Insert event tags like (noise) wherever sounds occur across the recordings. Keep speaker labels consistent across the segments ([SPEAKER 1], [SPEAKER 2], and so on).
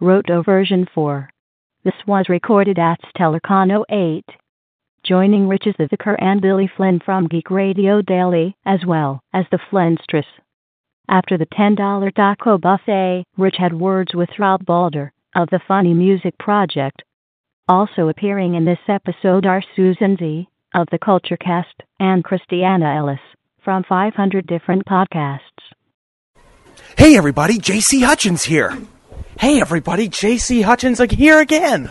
[SPEAKER 1] Roto version 4. This was recorded at Stellarcon 08. Joining Riches of Vicar and Billy Flynn from Geek Radio Daily, as well as the Flynnstress. After the $10 taco buffet, Rich had words with Rob Balder of the Funny Music Project. Also appearing in this episode are Susan Z of the Culture Cast and Christiana Ellis from 500 different podcasts.
[SPEAKER 2] Hey everybody, JC Hutchins here.
[SPEAKER 3] Hey everybody, JC Hutchins like here again.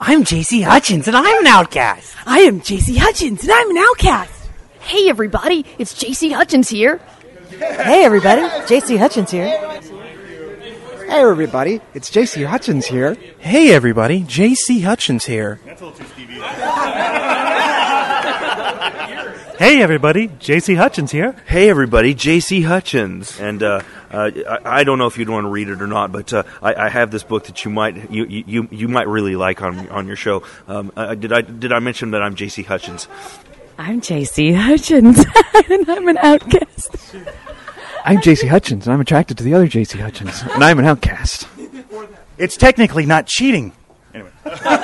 [SPEAKER 4] I'm JC Hutchins and I'm an outcast.
[SPEAKER 5] I am JC Hutchins and I'm an outcast.
[SPEAKER 6] Hey everybody, it's JC Hutchins here.
[SPEAKER 7] Hey everybody, JC Hutchins here.
[SPEAKER 8] Hey everybody, it's JC Hutchins here.
[SPEAKER 3] Hey everybody, JC Hutchins here.
[SPEAKER 9] Hey everybody, JC Hutchins here.
[SPEAKER 10] Hey everybody, JC Hutchins. And uh, uh, I, I don't know if you'd want to read it or not, but uh, I, I have this book that you might you, you, you might really like on on your show. Um, uh, did I did I mention that I'm JC Hutchins?
[SPEAKER 11] I'm JC (laughs) Hutchins, and I'm an outcast.
[SPEAKER 8] I'm JC Hutchins, and I'm attracted to the other JC Hutchins, and I'm an outcast.
[SPEAKER 9] It's technically not cheating. Anyway.
[SPEAKER 2] (laughs)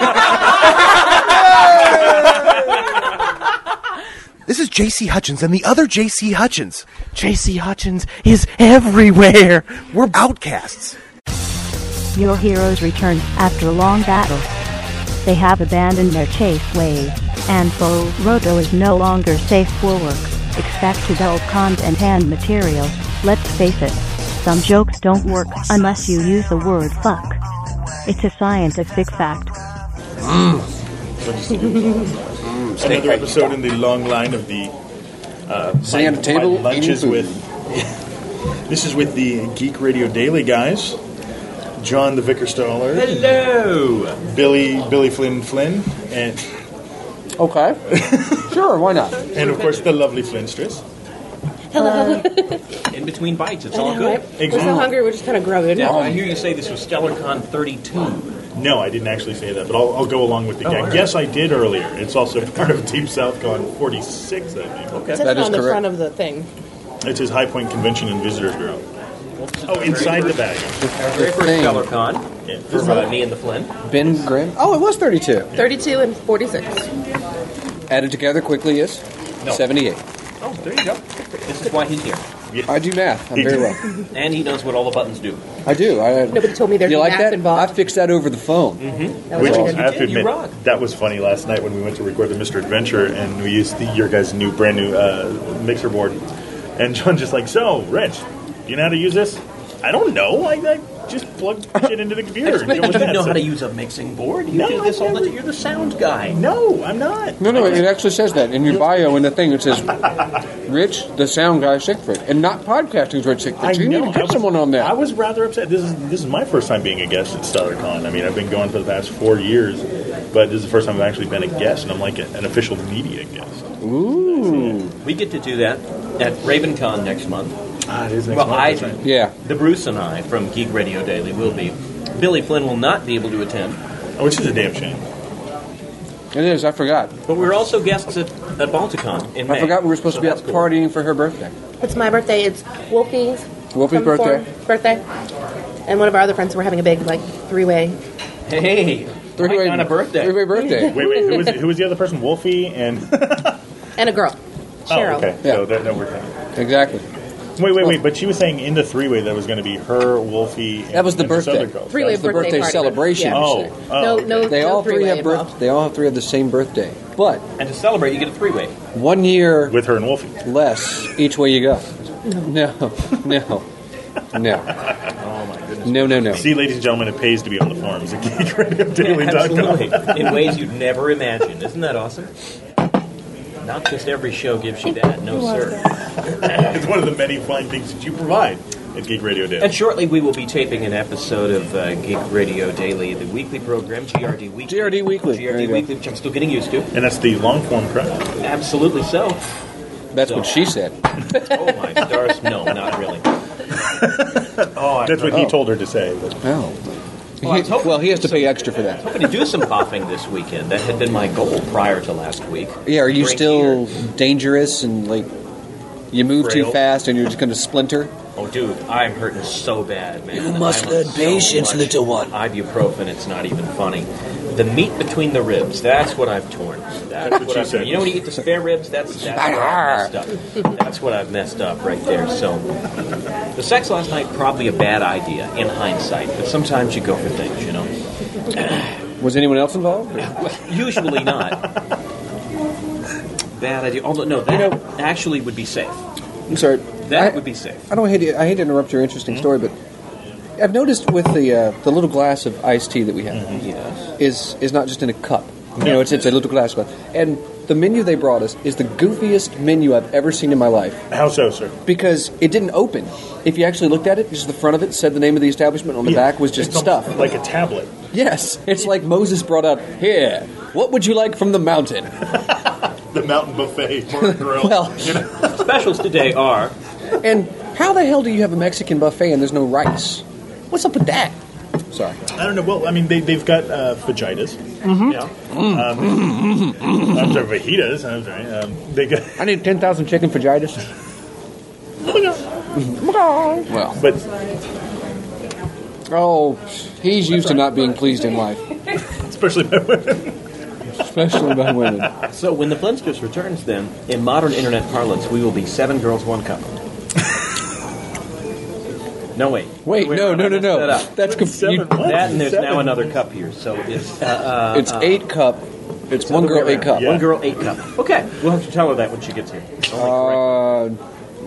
[SPEAKER 2] This is J.C. Hutchins and the other J.C. Hutchins.
[SPEAKER 3] J.C. Hutchins is everywhere.
[SPEAKER 2] We're outcasts.
[SPEAKER 1] Your heroes return after a long battle. They have abandoned their chase ways, and foe Roto is no longer safe for work. Expect adult content and material. Let's face it, some jokes don't work unless you use the word fuck. It's a scientific fact.
[SPEAKER 12] Mm. another episode in the long line of the uh,
[SPEAKER 13] sitting at a table
[SPEAKER 12] lunches with. this is with (laughs) the Geek Radio Daily guys, John the Vicar Staller,
[SPEAKER 13] Hello.
[SPEAKER 12] Billy Billy Flynn Flynn, and
[SPEAKER 14] (laughs)
[SPEAKER 13] Okay. sure, why not?
[SPEAKER 12] and of course the lovely Flynstress.
[SPEAKER 14] Hello.
[SPEAKER 15] In between bites, it's all good.
[SPEAKER 14] We're so hungry, we're just kind of grubbing.
[SPEAKER 15] Now,
[SPEAKER 13] um,
[SPEAKER 15] I hear you say this was StellarCon 32.
[SPEAKER 12] No, I didn't actually say that, but I'll, I'll go along with the
[SPEAKER 15] Oh,
[SPEAKER 12] gag.
[SPEAKER 15] all right.
[SPEAKER 12] Yes, I did earlier. It's also (laughs) part of Deep South Con 46, I think.
[SPEAKER 14] It says it on the front of the thing.
[SPEAKER 12] It's his High Point Convention and Visitors Bureau. Oh, inside the bag.
[SPEAKER 15] Our very first
[SPEAKER 13] Thing.
[SPEAKER 15] StellarCon.
[SPEAKER 12] Yeah,
[SPEAKER 15] This is
[SPEAKER 13] Right.
[SPEAKER 15] uh, me and the Flynn.
[SPEAKER 13] Ben Grimm. Oh, it was 32.
[SPEAKER 14] 32 and 46.
[SPEAKER 13] Added together quickly is
[SPEAKER 15] No.
[SPEAKER 13] 78.
[SPEAKER 15] Oh, there you go. This is why he's here.
[SPEAKER 13] I do math. I'm
[SPEAKER 14] (laughs)
[SPEAKER 13] very well.
[SPEAKER 15] And he knows what all the buttons do.
[SPEAKER 13] I do. I,
[SPEAKER 14] Nobody told me there'd
[SPEAKER 13] you
[SPEAKER 14] be
[SPEAKER 13] like
[SPEAKER 14] math
[SPEAKER 13] that?
[SPEAKER 14] involved.
[SPEAKER 13] I fixed that over the phone.
[SPEAKER 15] Mm-hmm.
[SPEAKER 14] That
[SPEAKER 12] Which
[SPEAKER 14] was
[SPEAKER 12] I
[SPEAKER 14] really good.
[SPEAKER 12] have to
[SPEAKER 15] You
[SPEAKER 12] admit,
[SPEAKER 15] rock.
[SPEAKER 12] that was funny last night when we went to record the Mr. Adventure and we used the, your guys' new brand new uh, mixer board. And John just like, so Rich, do you know how to use this? I don't know. I, I just plugged (laughs) shit into the computer. and
[SPEAKER 15] Do
[SPEAKER 12] deal with
[SPEAKER 15] you
[SPEAKER 12] that."
[SPEAKER 15] know how
[SPEAKER 12] So-
[SPEAKER 15] to use a mixing board? You
[SPEAKER 12] No,
[SPEAKER 15] do this
[SPEAKER 12] I've
[SPEAKER 15] all the
[SPEAKER 12] never-
[SPEAKER 15] time. You're the sound guy.
[SPEAKER 12] No, I'm not.
[SPEAKER 13] No, no, it actually says that in your bio in the thing. It says Rich, the sound guy Siegfried, and not podcasting's Rich Siegfried. So you need to
[SPEAKER 12] I
[SPEAKER 13] get
[SPEAKER 12] was-
[SPEAKER 13] someone on
[SPEAKER 12] I
[SPEAKER 13] that.
[SPEAKER 12] was rather upset. This is this is my first time being a guest at StellarCon. I mean, I've been going for the past four years, but this is the first time I've actually been a guest, and I'm like an official media guest.
[SPEAKER 13] Ooh,
[SPEAKER 15] We get to do that at RavenCon next month.
[SPEAKER 12] Ah, it is next
[SPEAKER 15] Well,
[SPEAKER 12] month,
[SPEAKER 15] I
[SPEAKER 12] that's right.
[SPEAKER 15] do.
[SPEAKER 13] yeah.
[SPEAKER 15] The Bruce and I from Geek Radio Daily will be. Billy Flynn will not be able to attend,
[SPEAKER 12] Oh, which is a damn shame.
[SPEAKER 13] It is. I forgot.
[SPEAKER 15] but we're also guests at, at Balticon in May.
[SPEAKER 13] I forgot we were supposed
[SPEAKER 15] So
[SPEAKER 13] to be out
[SPEAKER 15] that's cool.
[SPEAKER 13] partying for her birthday.
[SPEAKER 14] It's my birthday. It's Wolfie's.
[SPEAKER 13] Wolfie's
[SPEAKER 14] from before
[SPEAKER 13] birthday.
[SPEAKER 14] Birthday. And one of our other friends, we're having a big, like, three way.
[SPEAKER 15] Hey,
[SPEAKER 13] Three
[SPEAKER 15] right on a birthday.
[SPEAKER 13] Three way
[SPEAKER 15] (laughs)
[SPEAKER 13] birthday.
[SPEAKER 12] Wait, wait, who was who was the other person? Wolfie and
[SPEAKER 14] And a girl. Cheryl.
[SPEAKER 12] Oh, okay.
[SPEAKER 13] Yeah.
[SPEAKER 12] So that, that worked out.
[SPEAKER 13] exactly.
[SPEAKER 12] Wait, wait, wait. But she was saying in the three way that was going to be her, Wolfie. And,
[SPEAKER 13] That was the
[SPEAKER 12] and this
[SPEAKER 13] birthday.
[SPEAKER 12] other girl.
[SPEAKER 14] Three-way
[SPEAKER 13] It's the birthday
[SPEAKER 14] party.
[SPEAKER 13] celebration,
[SPEAKER 14] Yeah.
[SPEAKER 13] you
[SPEAKER 12] Oh,
[SPEAKER 13] say.
[SPEAKER 12] oh,
[SPEAKER 14] no,
[SPEAKER 12] okay.
[SPEAKER 14] no,
[SPEAKER 13] They
[SPEAKER 14] no
[SPEAKER 13] all three
[SPEAKER 14] three-way
[SPEAKER 13] have
[SPEAKER 14] involved.
[SPEAKER 13] birth. They all three have the same birthday, but
[SPEAKER 15] And to celebrate, you get a three-way.
[SPEAKER 13] one year
[SPEAKER 12] With her and Wolfie.
[SPEAKER 13] less each way you go. No, (laughs) no, no, no,
[SPEAKER 15] (laughs) Oh my goodness.
[SPEAKER 13] no, no.
[SPEAKER 12] See, ladies and gentlemen, it pays to be on the forums at (laughs) geekradiodaily.com.
[SPEAKER 15] Absolutely. In ways you'd never imagine. Isn't that awesome? Not just every show gives you that, no sir.
[SPEAKER 12] (laughs) it's one of the many fine things that you provide at Geek Radio Daily.
[SPEAKER 15] And shortly we will be taping an episode of uh, Geek Radio Daily, the weekly program, GRD Weekly.
[SPEAKER 13] GRD Weekly. There you
[SPEAKER 15] GRD
[SPEAKER 13] go.
[SPEAKER 15] Weekly, which I'm still getting used to.
[SPEAKER 12] And that's the long form, correct?
[SPEAKER 13] (laughs)
[SPEAKER 15] Absolutely so.
[SPEAKER 13] That's what she said.
[SPEAKER 15] Oh my stars, no,
[SPEAKER 13] (laughs)
[SPEAKER 15] not really. Oh, I
[SPEAKER 12] That's what he told her to say. but-
[SPEAKER 13] Oh.
[SPEAKER 15] Well, I was hoping-
[SPEAKER 13] Well, he has to pay extra for that.
[SPEAKER 15] hoping to do some popping this weekend. That had been my goal prior to last week.
[SPEAKER 13] Yeah, are you
[SPEAKER 15] Bring
[SPEAKER 13] still
[SPEAKER 15] here-
[SPEAKER 13] dangerous and like you move
[SPEAKER 12] Frail.
[SPEAKER 13] too fast and you're just going to splinter?
[SPEAKER 15] Oh, dude, I'm hurting so bad, man.
[SPEAKER 16] You must
[SPEAKER 15] I'm
[SPEAKER 16] learn
[SPEAKER 15] on
[SPEAKER 16] patience,
[SPEAKER 15] much
[SPEAKER 16] little one.
[SPEAKER 15] Ibuprofen, it's not even funny. The meat between the ribs, that's what I've torn. That's,
[SPEAKER 12] what she
[SPEAKER 15] I've
[SPEAKER 12] said.
[SPEAKER 15] You know when you eat the spare ribs? That's, that's what I've messed up. That's what I've messed up right there. So, the sex last night, probably a bad idea in hindsight, but sometimes you go for things, you know.
[SPEAKER 13] Was anyone else involved?
[SPEAKER 15] Usually not. Bad idea. Although, no, that actually would be safe.
[SPEAKER 13] I'm sorry.
[SPEAKER 15] That would be safe.
[SPEAKER 13] I don't hate to, I hate to interrupt your interesting story, but I've noticed with the uh, the little glass of iced tea that we have is is not just in a cup. You know, it's it's a little glass glass. And the menu they brought us is the goofiest menu I've ever seen in my life.
[SPEAKER 12] How so, sir?
[SPEAKER 13] Because it didn't open. If you actually looked at it, just the front of it said the name of the establishment, on the back was just
[SPEAKER 12] It's
[SPEAKER 13] stuff.
[SPEAKER 12] Like a tablet.
[SPEAKER 13] Yes, it's like Moses brought up here. What would you like from the mountain?
[SPEAKER 12] The mountain buffet.
[SPEAKER 13] (laughs)
[SPEAKER 12] Bar and grill.
[SPEAKER 13] well,
[SPEAKER 15] specials today are.
[SPEAKER 13] And how the hell do you have a Mexican buffet and there's no rice? What's up with that? Sorry.
[SPEAKER 12] I don't know. Well, I mean, they, they've got uh, fajitas.
[SPEAKER 13] Mhm.
[SPEAKER 12] Yeah.
[SPEAKER 13] Mm,
[SPEAKER 12] Um, I'm sorry, fajitas. I'm sorry. Um, they got. (laughs)
[SPEAKER 13] I need 10,000 chicken fajitas. Well.
[SPEAKER 12] But
[SPEAKER 13] Oh, he's used to not being pleased in life.
[SPEAKER 12] Especially by women.
[SPEAKER 13] Especially by women.
[SPEAKER 15] So when the Flintsters returns, then in modern internet parlance, we will be seven girls, one cup. no wait.
[SPEAKER 13] Wait, no, no, no, no. That's confusing.
[SPEAKER 15] That and there's now another cup here, so it's uh, uh,
[SPEAKER 13] It's
[SPEAKER 12] Uh-huh.
[SPEAKER 15] uh,
[SPEAKER 13] eight cup. It's one girl, eight cup.
[SPEAKER 15] One girl, eight cup. Okay, we'll have to tell her that when she gets here.
[SPEAKER 13] Uh,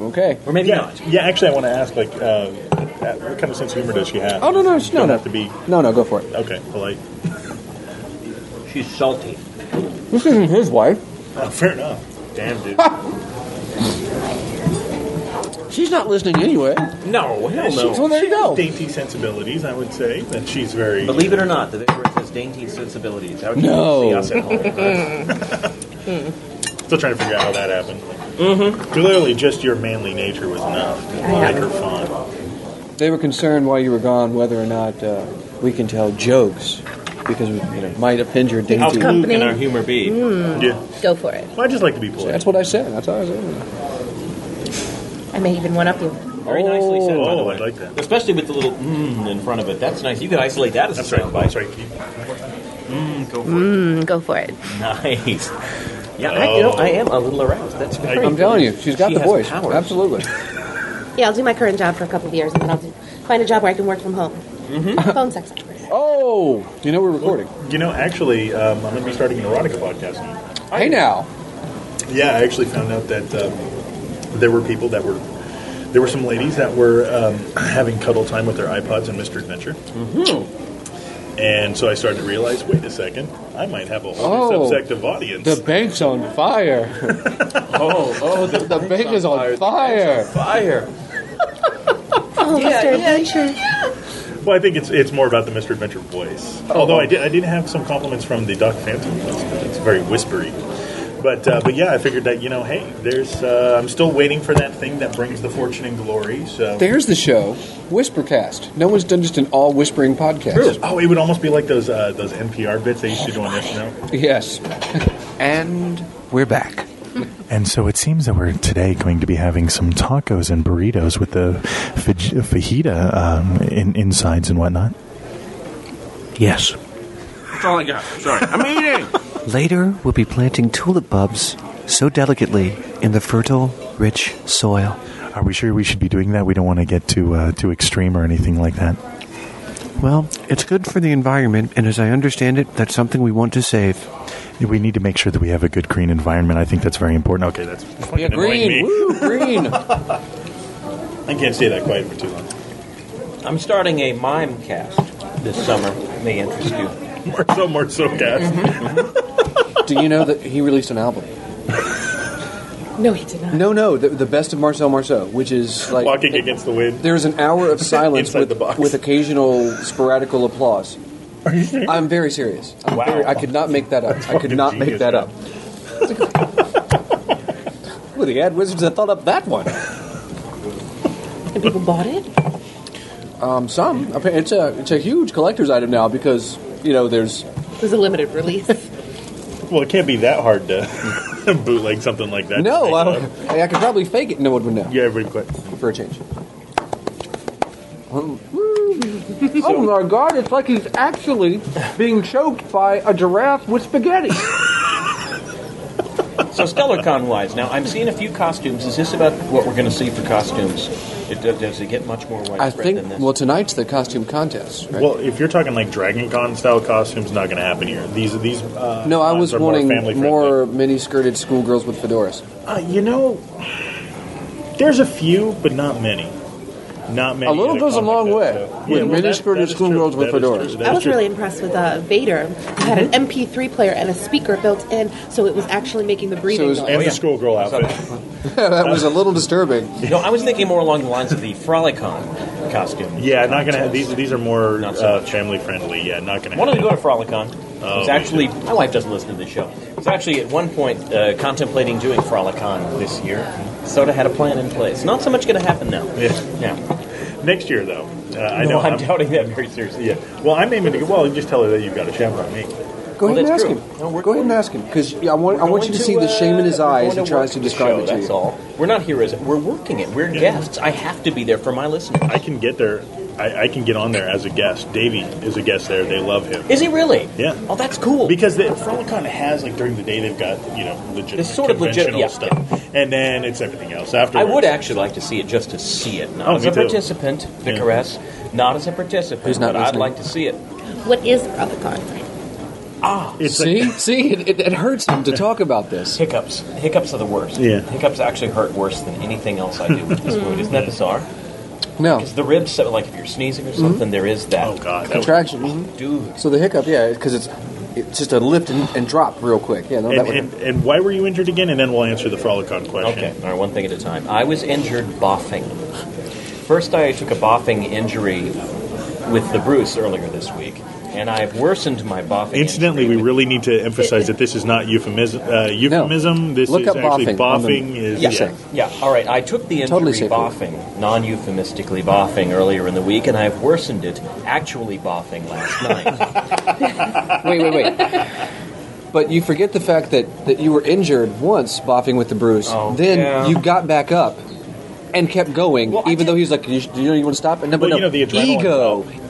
[SPEAKER 13] okay.
[SPEAKER 15] Or maybe
[SPEAKER 12] yeah,
[SPEAKER 15] not.
[SPEAKER 12] Yeah, actually, I want to ask, like, uh, what kind of sense of humor does she have?
[SPEAKER 13] Oh, no, no, she- no,
[SPEAKER 12] Don't
[SPEAKER 13] no.
[SPEAKER 12] have to be.
[SPEAKER 13] No, no, go for it.
[SPEAKER 12] Okay, polite.
[SPEAKER 15] She's salty.
[SPEAKER 13] This isn't his wife.
[SPEAKER 12] Oh, fair enough. Damn, dude.
[SPEAKER 13] She's not listening anyway.
[SPEAKER 15] No, hell no.
[SPEAKER 12] She, she has dainty sensibilities, I would say, and she's very.
[SPEAKER 15] Believe it or not, the Vicar has dainty sensibilities. How would you
[SPEAKER 12] No.
[SPEAKER 15] see us at home?
[SPEAKER 12] Still trying to figure out how that happened. Mm-hmm. Clearly, just your manly nature was enough to make her fun.
[SPEAKER 13] They were concerned while you were gone whether or not uh, we can tell jokes because we, you know, might offend your
[SPEAKER 15] How
[SPEAKER 13] dainty.
[SPEAKER 15] crude can our humor be?
[SPEAKER 12] Yeah.
[SPEAKER 14] Go for it.
[SPEAKER 12] I just like to be polite.
[SPEAKER 13] That's what I said. That's all I said.
[SPEAKER 14] I may even one up you.
[SPEAKER 15] Very nicely said, by the
[SPEAKER 12] Oh,
[SPEAKER 15] way.
[SPEAKER 12] I like that.
[SPEAKER 15] Especially with the little mmm in front of it. That's nice. You could isolate that as a soundbite. That's
[SPEAKER 12] right.
[SPEAKER 15] Mmm, go for
[SPEAKER 13] Mm-hmm.
[SPEAKER 14] Mmm, go for it.
[SPEAKER 15] it. (laughs) Nice. Yeah, I, you know, I am a little aroused. That's very
[SPEAKER 13] I'm telling you, she's got
[SPEAKER 15] She
[SPEAKER 13] the
[SPEAKER 15] has
[SPEAKER 13] voice.
[SPEAKER 15] powers.
[SPEAKER 13] Absolutely.
[SPEAKER 14] Yeah, I'll do my current job for a couple of years, and then I'll do, find a job where I can work from home.
[SPEAKER 13] Mm-hmm.
[SPEAKER 14] (laughs) Phone sex operator.
[SPEAKER 13] Oh, you know we're recording.
[SPEAKER 12] You know, actually, um, I'm going to be starting an erotica podcast.
[SPEAKER 13] Hey now.
[SPEAKER 12] Yeah, I actually found out that um, there were people that were. There were some ladies that were um, (clears throat) having cuddle time with their iPods and Mr. Adventure.
[SPEAKER 13] Mm-hmm.
[SPEAKER 12] And so I started to realize wait a second, I might have a whole
[SPEAKER 13] Oh.
[SPEAKER 12] new subsect of audience.
[SPEAKER 13] The bank's on (laughs) fire. oh, oh, the, the bank is on fire.
[SPEAKER 15] Fire.
[SPEAKER 14] Oh, Mr.
[SPEAKER 15] Yeah, yeah,
[SPEAKER 14] Adventure.
[SPEAKER 12] Well, I think it's it's more about the Mr. Adventure voice. Although I did I did have some compliments from the Doc Phantom. It's, it's very whispery. But uh, but yeah, I figured that you know, hey, there's uh, I'm still waiting for that thing that brings the fortune and glory. So
[SPEAKER 13] There's the show, Whispercast. No one's done just an all whispering podcast.
[SPEAKER 12] Oh, it would almost be like those uh, those NPR bits they used to do on SNL.
[SPEAKER 13] Yes. and we're back.
[SPEAKER 9] And so it seems that we're today going to be having some tacos and burritos with the faj- fajita um, in- insides and whatnot.
[SPEAKER 4] Yes.
[SPEAKER 15] That's all I got. Sorry. I'm eating.
[SPEAKER 4] (laughs) Later, we'll be planting tulip bulbs so delicately in the fertile, rich soil.
[SPEAKER 9] Are we sure we should be doing that? We don't want to get too uh, too extreme or anything like that.
[SPEAKER 4] Well, it's good for the environment, and as I understand it, that's something we want to save.
[SPEAKER 9] We need to make sure that we have a good green environment. I think that's very important. Okay, that's
[SPEAKER 13] Yeah, green. Woo, green.
[SPEAKER 12] I can't stay that quiet for too long.
[SPEAKER 15] I'm starting a mime cast this summer. May interest you.
[SPEAKER 12] More so, more so, cast.
[SPEAKER 13] Mm-hmm. Do you know that he released an album?
[SPEAKER 14] No, he did not.
[SPEAKER 13] No, no, the, the best of Marcel Marceau, which is like
[SPEAKER 12] Walking against the wind.
[SPEAKER 13] There's an hour
[SPEAKER 12] (laughs)
[SPEAKER 13] of silence with, with occasional sporadical applause.
[SPEAKER 12] Are you serious?
[SPEAKER 13] I'm very serious. I'm
[SPEAKER 12] Wow.
[SPEAKER 13] very- I could not make that up. I could not make
[SPEAKER 12] genius,
[SPEAKER 13] that up. (laughs) Well, the ad wizards that thought up that one.
[SPEAKER 14] And people bought it?
[SPEAKER 13] Um, some. Appa- It's a it's a huge collector's item now because you know there's
[SPEAKER 14] It was a limited release. (laughs)
[SPEAKER 12] Well, it can't be that hard to (laughs) bootleg something like that.
[SPEAKER 13] no.
[SPEAKER 12] Make
[SPEAKER 13] I,
[SPEAKER 12] it up.
[SPEAKER 13] don't, I could probably fake it. and No one would know.
[SPEAKER 12] Yeah, everybody quit
[SPEAKER 13] for a change. oh my god, it's like he's actually being choked by a giraffe with spaghetti.
[SPEAKER 15] So StellarCon wise, now I'm seeing a few costumes. Is this about what we're going to see for costumes? It, does- does it get much more widespread
[SPEAKER 13] I think,
[SPEAKER 15] than this?
[SPEAKER 13] well, tonight's the costume contest, right?
[SPEAKER 12] Well, if you're talking like Dragon Con style costumes, not going to happen here. These are these. Uh,
[SPEAKER 13] no, I
[SPEAKER 12] cons
[SPEAKER 13] was
[SPEAKER 12] are
[SPEAKER 13] wanting
[SPEAKER 12] more. family
[SPEAKER 13] more mini skirted schoolgirls with fedoras.
[SPEAKER 12] Uh, you know, there's a few, but not many. Not many.
[SPEAKER 13] A little goes a long way with
[SPEAKER 12] well,
[SPEAKER 13] mini
[SPEAKER 12] that-
[SPEAKER 13] skirted schoolgirls with fedoras.
[SPEAKER 14] I was really impressed with uh, Vader. It had an MP3 player and a speaker built in, so it was actually making the breathing
[SPEAKER 13] it was-
[SPEAKER 14] noise.
[SPEAKER 12] and the schoolgirl outfit.
[SPEAKER 13] that was a little disturbing.
[SPEAKER 15] No, I was thinking more along the lines of the Frolicon costume.
[SPEAKER 12] Yeah, not going to. have These these are more
[SPEAKER 15] Not so
[SPEAKER 12] uh, family friendly. Yeah, not going to.
[SPEAKER 15] Why don't you go to Frolicon?
[SPEAKER 12] Oh,
[SPEAKER 15] it's actually my wife doesn't listen to this show. It's actually at one point uh, contemplating doing Frolicon this year. Soda had a plan in place. Not so much going to happen now. Yeah.
[SPEAKER 12] (laughs) Next year though. Uh, I
[SPEAKER 15] No,
[SPEAKER 12] know.
[SPEAKER 15] I'm doubting that very seriously.
[SPEAKER 12] Yeah. Well, I'm aiming to go. Well, just tell her that you've got a chaperone me.
[SPEAKER 13] Go
[SPEAKER 15] Oh,
[SPEAKER 13] ahead
[SPEAKER 12] Well,
[SPEAKER 13] and
[SPEAKER 12] that's
[SPEAKER 13] ask
[SPEAKER 12] true.
[SPEAKER 13] him. Go ahead and ask him because I want I
[SPEAKER 15] We're
[SPEAKER 13] want you
[SPEAKER 15] going
[SPEAKER 13] to see the
[SPEAKER 15] uh,
[SPEAKER 13] shame in his
[SPEAKER 15] we're
[SPEAKER 13] eyes
[SPEAKER 15] going
[SPEAKER 13] he tries
[SPEAKER 15] work
[SPEAKER 13] to
[SPEAKER 15] the
[SPEAKER 13] describe
[SPEAKER 15] show,
[SPEAKER 13] it to
[SPEAKER 15] That's
[SPEAKER 13] you.
[SPEAKER 15] all. We're not here as we're working it. We're guests. I have to be there for my listeners.
[SPEAKER 12] I can get there. I, I can get on there as a guest. Davey is a guest there. They love him.
[SPEAKER 15] Is he really?
[SPEAKER 12] Yeah.
[SPEAKER 15] Oh, that's cool.
[SPEAKER 12] Because the Frolicon has like during the day they've got you know legitimate
[SPEAKER 15] It's sort of legit-
[SPEAKER 12] conventional
[SPEAKER 15] yeah,
[SPEAKER 12] stuff, and then it's everything else
[SPEAKER 15] I
[SPEAKER 12] afterwards.
[SPEAKER 15] would actually like to see it just to see it, not
[SPEAKER 12] Oh,
[SPEAKER 15] as
[SPEAKER 12] me
[SPEAKER 15] a
[SPEAKER 12] too.
[SPEAKER 15] participant, Vicaress, not as a participant,
[SPEAKER 13] Who's not
[SPEAKER 15] but I'd
[SPEAKER 13] listening?
[SPEAKER 15] like to see it.
[SPEAKER 14] What is Frolicon?
[SPEAKER 15] Ah,
[SPEAKER 13] see, see, it, it, it hurts him to talk about this.
[SPEAKER 15] (laughs) Hiccups. Hiccups are the worst.
[SPEAKER 13] Yeah.
[SPEAKER 15] Hiccups actually hurt worse than anything else I do with this food.
[SPEAKER 12] (laughs)
[SPEAKER 15] Isn't that bizarre?
[SPEAKER 13] No
[SPEAKER 15] Because the ribs, so- like if you're sneezing or something, there is that. Oh
[SPEAKER 12] Mm-hmm. god,
[SPEAKER 13] contraction. mhm. So the hiccup, yeah, because it's it's just a lift and, and drop real quick. Yeah, no,
[SPEAKER 12] And,
[SPEAKER 13] that would.
[SPEAKER 12] and, and why were you injured again? And then we'll answer the Frolicon question.
[SPEAKER 15] Okay, all right, one thing at a time. I was injured boffing. First, I took a boffing injury with the Bruce earlier this week, and I've worsened my boffing.
[SPEAKER 12] Incidentally, we really need to emphasize that this is not euphemism. Uh, euphemism. This
[SPEAKER 15] Look
[SPEAKER 12] is
[SPEAKER 15] up
[SPEAKER 12] actually
[SPEAKER 15] boffing on the-
[SPEAKER 12] boffing. Is
[SPEAKER 15] Yeah.
[SPEAKER 12] yeah.
[SPEAKER 15] Yeah. All right. I took the injury
[SPEAKER 12] Totally safe.
[SPEAKER 15] boffing, non euphemistically boffing earlier in the week, and I've worsened it actually boffing last night.
[SPEAKER 13] wait, wait, wait. But you forget the fact that, that you were injured once boffing with the bruise.
[SPEAKER 12] Oh,
[SPEAKER 13] then
[SPEAKER 15] yeah.
[SPEAKER 13] you got back up and kept going, even though he was like, you, sh- you know, you want to stop? And no, but
[SPEAKER 15] Well,
[SPEAKER 13] no,
[SPEAKER 15] you know, the adrenaline.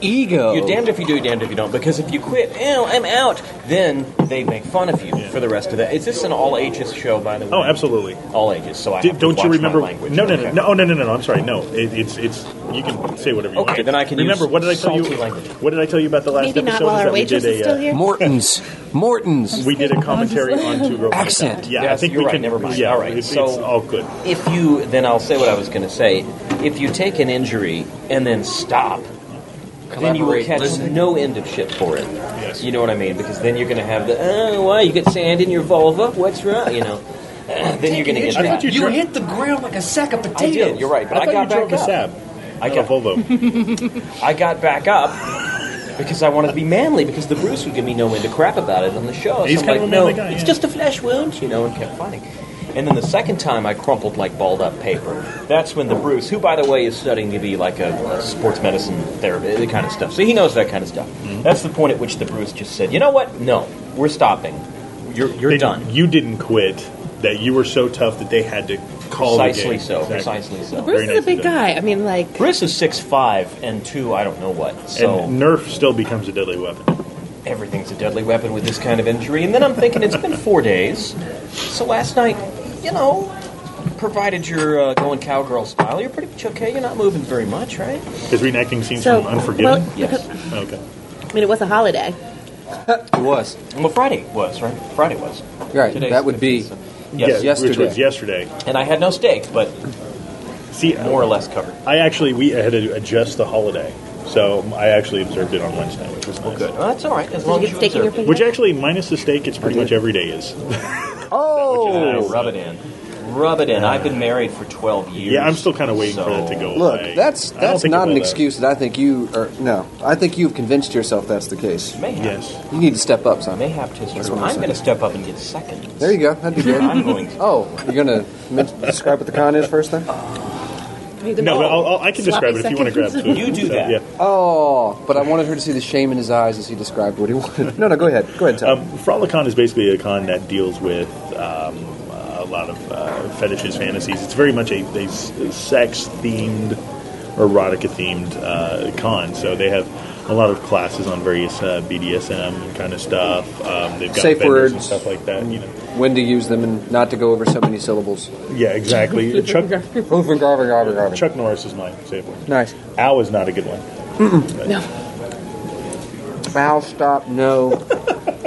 [SPEAKER 13] ego, ego.
[SPEAKER 15] You're damned if you do, you're damned if you don't. Because if you quit, oh, I'm out. Then they make fun of you for the rest of that. Is this an all ages show, by the way?
[SPEAKER 12] Oh, absolutely.
[SPEAKER 15] All ages. So I
[SPEAKER 12] Do-
[SPEAKER 15] have to
[SPEAKER 12] don't
[SPEAKER 15] watch
[SPEAKER 12] you
[SPEAKER 15] my
[SPEAKER 12] remember?
[SPEAKER 15] language.
[SPEAKER 12] No, no, no,
[SPEAKER 15] Okay.
[SPEAKER 12] no, oh, no, no, no, no. I'm sorry. No, it, it's it's. You can say whatever you want.
[SPEAKER 15] Okay, then I can
[SPEAKER 12] remember.
[SPEAKER 15] use
[SPEAKER 12] what did I tell you?
[SPEAKER 15] salty language.
[SPEAKER 12] What did I tell you about the last
[SPEAKER 14] Maybe not
[SPEAKER 12] episode?
[SPEAKER 14] while
[SPEAKER 12] is
[SPEAKER 14] our
[SPEAKER 12] that we
[SPEAKER 14] waitress
[SPEAKER 12] did a,
[SPEAKER 14] is still
[SPEAKER 12] uh,
[SPEAKER 14] here.
[SPEAKER 13] Morton's. Morton's.
[SPEAKER 12] We did a commentary on two girls.
[SPEAKER 13] Accent.
[SPEAKER 12] Yeah, I
[SPEAKER 15] Yes,
[SPEAKER 12] think
[SPEAKER 15] you're
[SPEAKER 12] we
[SPEAKER 15] right.
[SPEAKER 12] can.
[SPEAKER 15] Never mind.
[SPEAKER 12] Yeah,
[SPEAKER 15] all right.
[SPEAKER 12] It's,
[SPEAKER 15] so
[SPEAKER 12] it's all good.
[SPEAKER 15] if you then I'll say what I was going to say. If you take an injury and then stop, then you will
[SPEAKER 13] Collaborate,
[SPEAKER 15] catch
[SPEAKER 13] listen.
[SPEAKER 15] no end of shit for it. Yes. You know what I mean? Because then you're going to have the oh why you got sand in your vulva? What's wrong? You know. (clears throat) then you're going to get that.
[SPEAKER 16] You hit the ground like a sack of
[SPEAKER 15] I
[SPEAKER 16] potatoes.
[SPEAKER 15] did. You're right. But I,
[SPEAKER 16] thought
[SPEAKER 15] got
[SPEAKER 16] you
[SPEAKER 15] back
[SPEAKER 16] drove
[SPEAKER 15] up.
[SPEAKER 16] a sab.
[SPEAKER 15] I got I got back up. Because I wanted to be manly, because the Bruce would give me no end of crap about it on the show.
[SPEAKER 16] He's
[SPEAKER 15] so I'm
[SPEAKER 16] kind
[SPEAKER 15] like,
[SPEAKER 16] of a
[SPEAKER 15] no,
[SPEAKER 16] manly guy,
[SPEAKER 15] it's
[SPEAKER 16] yeah.
[SPEAKER 15] just a flesh wound, you know, and kept fighting. And then the second time I crumpled like balled up paper. That's when the Bruce, who by the way is studying to be like a, a sports medicine therapist, that kind of stuff. So he knows that kind of stuff.
[SPEAKER 16] Mm-hmm.
[SPEAKER 15] That's the point at which the Bruce just said, you know what? No, we're stopping. You're, you're
[SPEAKER 12] They-
[SPEAKER 15] done.
[SPEAKER 12] You didn't quit. That you were so tough that they had to call
[SPEAKER 15] Precisely
[SPEAKER 12] the game.
[SPEAKER 15] so, precisely so.
[SPEAKER 14] Bruce is a big guy. I mean, like,
[SPEAKER 15] Bruce is six five and two, I don't know what. So
[SPEAKER 12] And Nerf still becomes a deadly weapon.
[SPEAKER 15] everything's a deadly weapon with this kind of injury. And then I'm thinking, it's been four days. So last night, you know, provided you're uh, going cowgirl style, you're pretty much okay. You're not moving very much, right?
[SPEAKER 12] Is reenacting scenes
[SPEAKER 14] So,
[SPEAKER 12] from Unforgiven?
[SPEAKER 14] well,
[SPEAKER 15] Yes.
[SPEAKER 12] okay.
[SPEAKER 14] I mean, it was a holiday.
[SPEAKER 13] It was.
[SPEAKER 15] Well, Friday was, right? Friday was.
[SPEAKER 13] Right,
[SPEAKER 15] Today's
[SPEAKER 13] that would be.
[SPEAKER 15] Yes.
[SPEAKER 12] Yeah, Which was
[SPEAKER 15] Yesterday.
[SPEAKER 12] yesterday.
[SPEAKER 15] And I had no steak, but
[SPEAKER 12] See,
[SPEAKER 15] more or less covered.
[SPEAKER 12] I actually we had to adjust the holiday, so I actually observed it on Wednesday, which was nice. good.
[SPEAKER 15] Well, that's all right, as long as you observe.
[SPEAKER 12] Which actually, minus the steak, it's pretty much every day is. (laughs)
[SPEAKER 15] Oh, rub it in. Rub it in. I've been married for 12 years.
[SPEAKER 12] Yeah, I'm still kind of waiting for that to go
[SPEAKER 13] Look,
[SPEAKER 12] away.
[SPEAKER 13] that's
[SPEAKER 12] I don't
[SPEAKER 13] that's
[SPEAKER 12] think
[SPEAKER 13] not
[SPEAKER 12] it
[SPEAKER 13] an
[SPEAKER 12] will, though.
[SPEAKER 13] excuse that I think you are. No, I think you've convinced yourself that's the case.
[SPEAKER 15] Mayhap. Yes.
[SPEAKER 13] You need to step up, son.
[SPEAKER 15] Mayhap to
[SPEAKER 13] That's
[SPEAKER 15] his
[SPEAKER 13] what I'm
[SPEAKER 15] I'm
[SPEAKER 13] saying.
[SPEAKER 15] going to step up and get second.
[SPEAKER 13] There you go. That'd be good.
[SPEAKER 15] I'm going to.
[SPEAKER 13] Oh, you're gonna men- describe what the con is first, then?
[SPEAKER 12] No, but I'll, I'll, I can describe it if you want to grab food. So, Yeah.
[SPEAKER 13] Oh, but I wanted her to see the shame in his eyes as he described what he (laughs) wanted. No, no, go ahead. Go ahead, tell.
[SPEAKER 12] Um, Frolicon is basically a con that deals with um, a lot of uh, fetishes, fantasies. It's very much a, a s- a sex-themed erotica themed uh, con. So they have a lot of classes on various uh, BDSM kind of stuff. Um, they've got
[SPEAKER 13] Safe
[SPEAKER 12] vendors
[SPEAKER 13] words.
[SPEAKER 12] and stuff like that. You know.
[SPEAKER 13] When to use them and not to go over so many syllables. (laughs)
[SPEAKER 12] Yeah, exactly. Chuck
[SPEAKER 13] Over Garver, Garver, Garver.
[SPEAKER 12] Chuck Norris is my safe word.
[SPEAKER 13] Nice.
[SPEAKER 12] Ow is not a good one.
[SPEAKER 13] Mm-mm. No. Foul stop. No.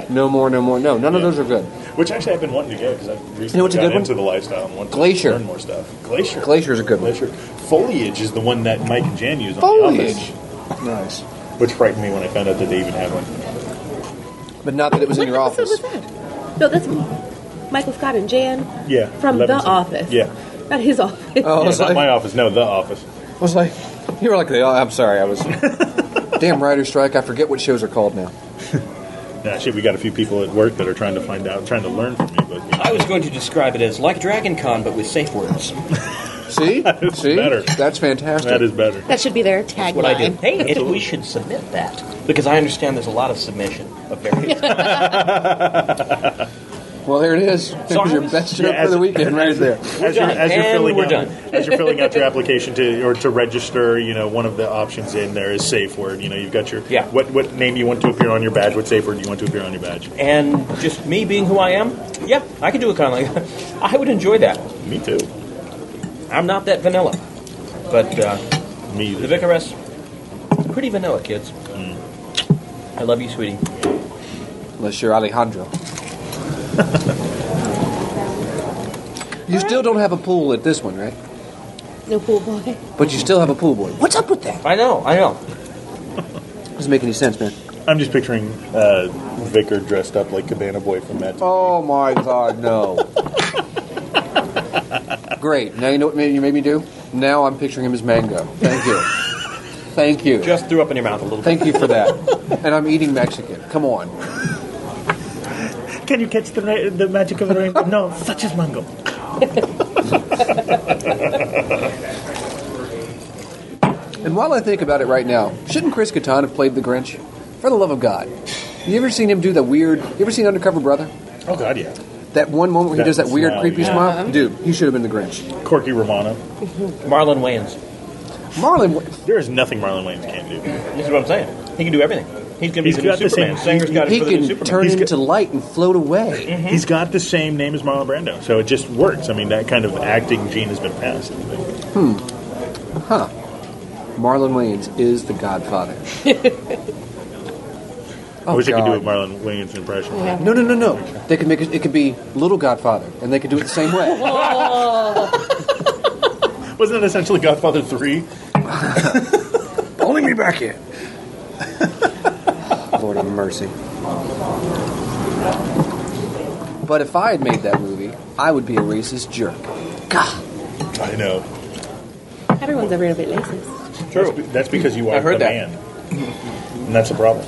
[SPEAKER 13] no more. No more. No. None of those are good.
[SPEAKER 12] Which actually I've been wanting to go because I've recently
[SPEAKER 13] what's a
[SPEAKER 12] gotten
[SPEAKER 13] good one?
[SPEAKER 12] into the lifestyle and want to
[SPEAKER 13] Glacier.
[SPEAKER 12] learn more stuff. Glacier.
[SPEAKER 13] Glacier is a good one.
[SPEAKER 12] Glacier. Foliage is the one that Mike and Jan use on
[SPEAKER 13] Foliage.
[SPEAKER 12] the office. Nice. Which frightened me when I found out that they even had one.
[SPEAKER 13] But not that it was in your office.
[SPEAKER 14] No, that's Michael Scott and Jan
[SPEAKER 12] Yeah.
[SPEAKER 14] from The
[SPEAKER 12] Levinson.
[SPEAKER 14] Office.
[SPEAKER 12] Yeah.
[SPEAKER 14] Not his office.
[SPEAKER 13] Oh, I
[SPEAKER 12] Yeah,
[SPEAKER 13] was
[SPEAKER 12] not
[SPEAKER 13] like,
[SPEAKER 12] my office. No, the office.
[SPEAKER 13] I was like, you were like, oh, I'm sorry. I was. Damn writer strike. I forget what shows are called now.
[SPEAKER 12] Nah, shit. We got a few people at work that are trying to find out, trying to learn from me. But
[SPEAKER 15] I was going to describe it as like Dragon Con, but with safe words.
[SPEAKER 13] See? See?
[SPEAKER 15] better.
[SPEAKER 13] That's fantastic.
[SPEAKER 15] That is
[SPEAKER 12] better.
[SPEAKER 14] That should be their
[SPEAKER 15] That's what I did.
[SPEAKER 14] tagline.
[SPEAKER 15] Hey, and we should submit that because I understand there's a lot of submission of various.
[SPEAKER 13] Well, there it is. It was your best joke for the weekend, right there.
[SPEAKER 12] As you're, as you're filling out, as you're filling
[SPEAKER 14] (laughs)
[SPEAKER 12] out your application to or to register, you know one of the options in there is safe word. You know you've got your yeah. What what name do you want to appear on your badge? What safe word do you want to appear on your badge?
[SPEAKER 15] and just me being who I am, yeah, I could do a con like (laughs) I would enjoy that.
[SPEAKER 12] Me too.
[SPEAKER 15] I'm not that vanilla, but uh,
[SPEAKER 12] me
[SPEAKER 15] the Vicaress, pretty vanilla kids.
[SPEAKER 13] Mm.
[SPEAKER 15] I love you, sweetie.
[SPEAKER 13] Unless you're (laughs) Alejandro. you still don't have a pool at this one, right?
[SPEAKER 14] No pool boy.
[SPEAKER 13] But you still have a pool boy. What's up with that?
[SPEAKER 15] I know, I know.
[SPEAKER 13] Doesn't make any sense, man.
[SPEAKER 12] I'm just picturing uh, Vicar dressed up like Cabana Boy from that.
[SPEAKER 13] Oh my God, no! Great. Now you know what made- you made me do. Now I'm picturing him as mango. Thank (laughs) you. Thank you.
[SPEAKER 15] Just threw up in your mouth a little.
[SPEAKER 13] Thank you for that. And I'm eating Mexican. Come on.
[SPEAKER 12] Can you catch the ra- the magic of the rainbow? No, such as mango.
[SPEAKER 13] And while I think about it right now, shouldn't Chris Catan have played the Grinch? For the love of God. You ever seen him do that weird. You ever seen Undercover Brother?
[SPEAKER 12] Oh God, yeah.
[SPEAKER 13] That one moment where he
[SPEAKER 12] That
[SPEAKER 13] does that weird,
[SPEAKER 12] smile,
[SPEAKER 13] creepy
[SPEAKER 12] yeah.
[SPEAKER 15] Uh-huh.
[SPEAKER 13] smile? Dude, he should have been the Grinch.
[SPEAKER 12] Corky Romano.
[SPEAKER 15] Marlon Wayans.
[SPEAKER 13] Marlon.
[SPEAKER 12] There is nothing Marlon Wayans can do.
[SPEAKER 13] Mm-hmm.
[SPEAKER 15] This is what I'm saying. He can do everything. He's gonna be
[SPEAKER 12] He's
[SPEAKER 15] the new
[SPEAKER 12] got the
[SPEAKER 15] Superman.
[SPEAKER 12] same-
[SPEAKER 15] Sanger's got it
[SPEAKER 13] He
[SPEAKER 15] for the new
[SPEAKER 13] can
[SPEAKER 15] Superman.
[SPEAKER 13] turn
[SPEAKER 15] He's
[SPEAKER 13] into light and float away.
[SPEAKER 12] He's got the same name as Marlon Brando, so it just works. I mean, that kind of acting gene has been passed.
[SPEAKER 13] Hmm. Huh. Marlon Wayans is the Godfather.
[SPEAKER 12] I
[SPEAKER 13] Oh,
[SPEAKER 12] wish I could do a
[SPEAKER 13] God.
[SPEAKER 12] Marlon Wayans impression.
[SPEAKER 13] No, no, no, no. They could make it. It could be Little Godfather, and they could do it the same way.
[SPEAKER 12] Wasn't that essentially Godfather
[SPEAKER 13] (laughs)
[SPEAKER 12] 3?
[SPEAKER 13] Only me back in. (laughs) Lord have mercy. But if I had made that movie, I would be a racist jerk. God.
[SPEAKER 12] I know.
[SPEAKER 14] Everyone's a little bit racist.
[SPEAKER 12] True. That's, be- that's because you are
[SPEAKER 13] I heard
[SPEAKER 12] the
[SPEAKER 13] that.
[SPEAKER 12] man. And that's a problem.